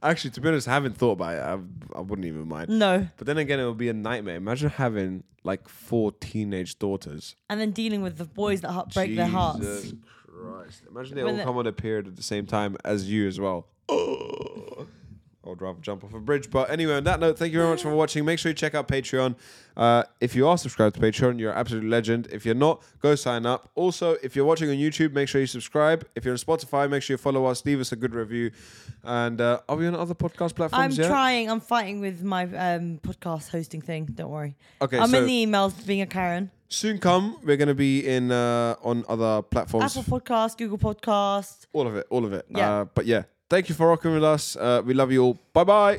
Speaker 1: Actually, to be honest, I haven't thought about it. I, I wouldn't even mind.
Speaker 2: No.
Speaker 1: But then again, it would be a nightmare. Imagine having like four teenage daughters.
Speaker 2: And then dealing with the boys that heart break their hearts.
Speaker 1: Jesus Christ. Imagine they
Speaker 2: When
Speaker 1: all
Speaker 2: the-
Speaker 1: come on a period at the same time as you as well. I would rather jump off a bridge. But anyway, on that note, thank you very much for watching. Make sure you check out Patreon. Uh, if you are subscribed to Patreon, you're an absolute legend. If you're not, go sign up. Also, if you're watching on YouTube, make sure you subscribe. If you're on Spotify, make sure you follow us. Leave us a good review. And uh, are we on other podcast
Speaker 2: I'm
Speaker 1: platforms yet?
Speaker 2: trying, I'm fighting with my um, podcast hosting thing. Don't worry.
Speaker 1: Okay,
Speaker 2: I'm
Speaker 1: so-
Speaker 2: in the emails being a Karen.
Speaker 1: Soon come, we're going to be in uh, on other platforms.
Speaker 2: Apple Podcast, Google Podcast.
Speaker 1: all of it, all of it.
Speaker 2: Yeah.
Speaker 1: Uh, but yeah, thank you for rocking with us. Uh, we love you all. Bye bye.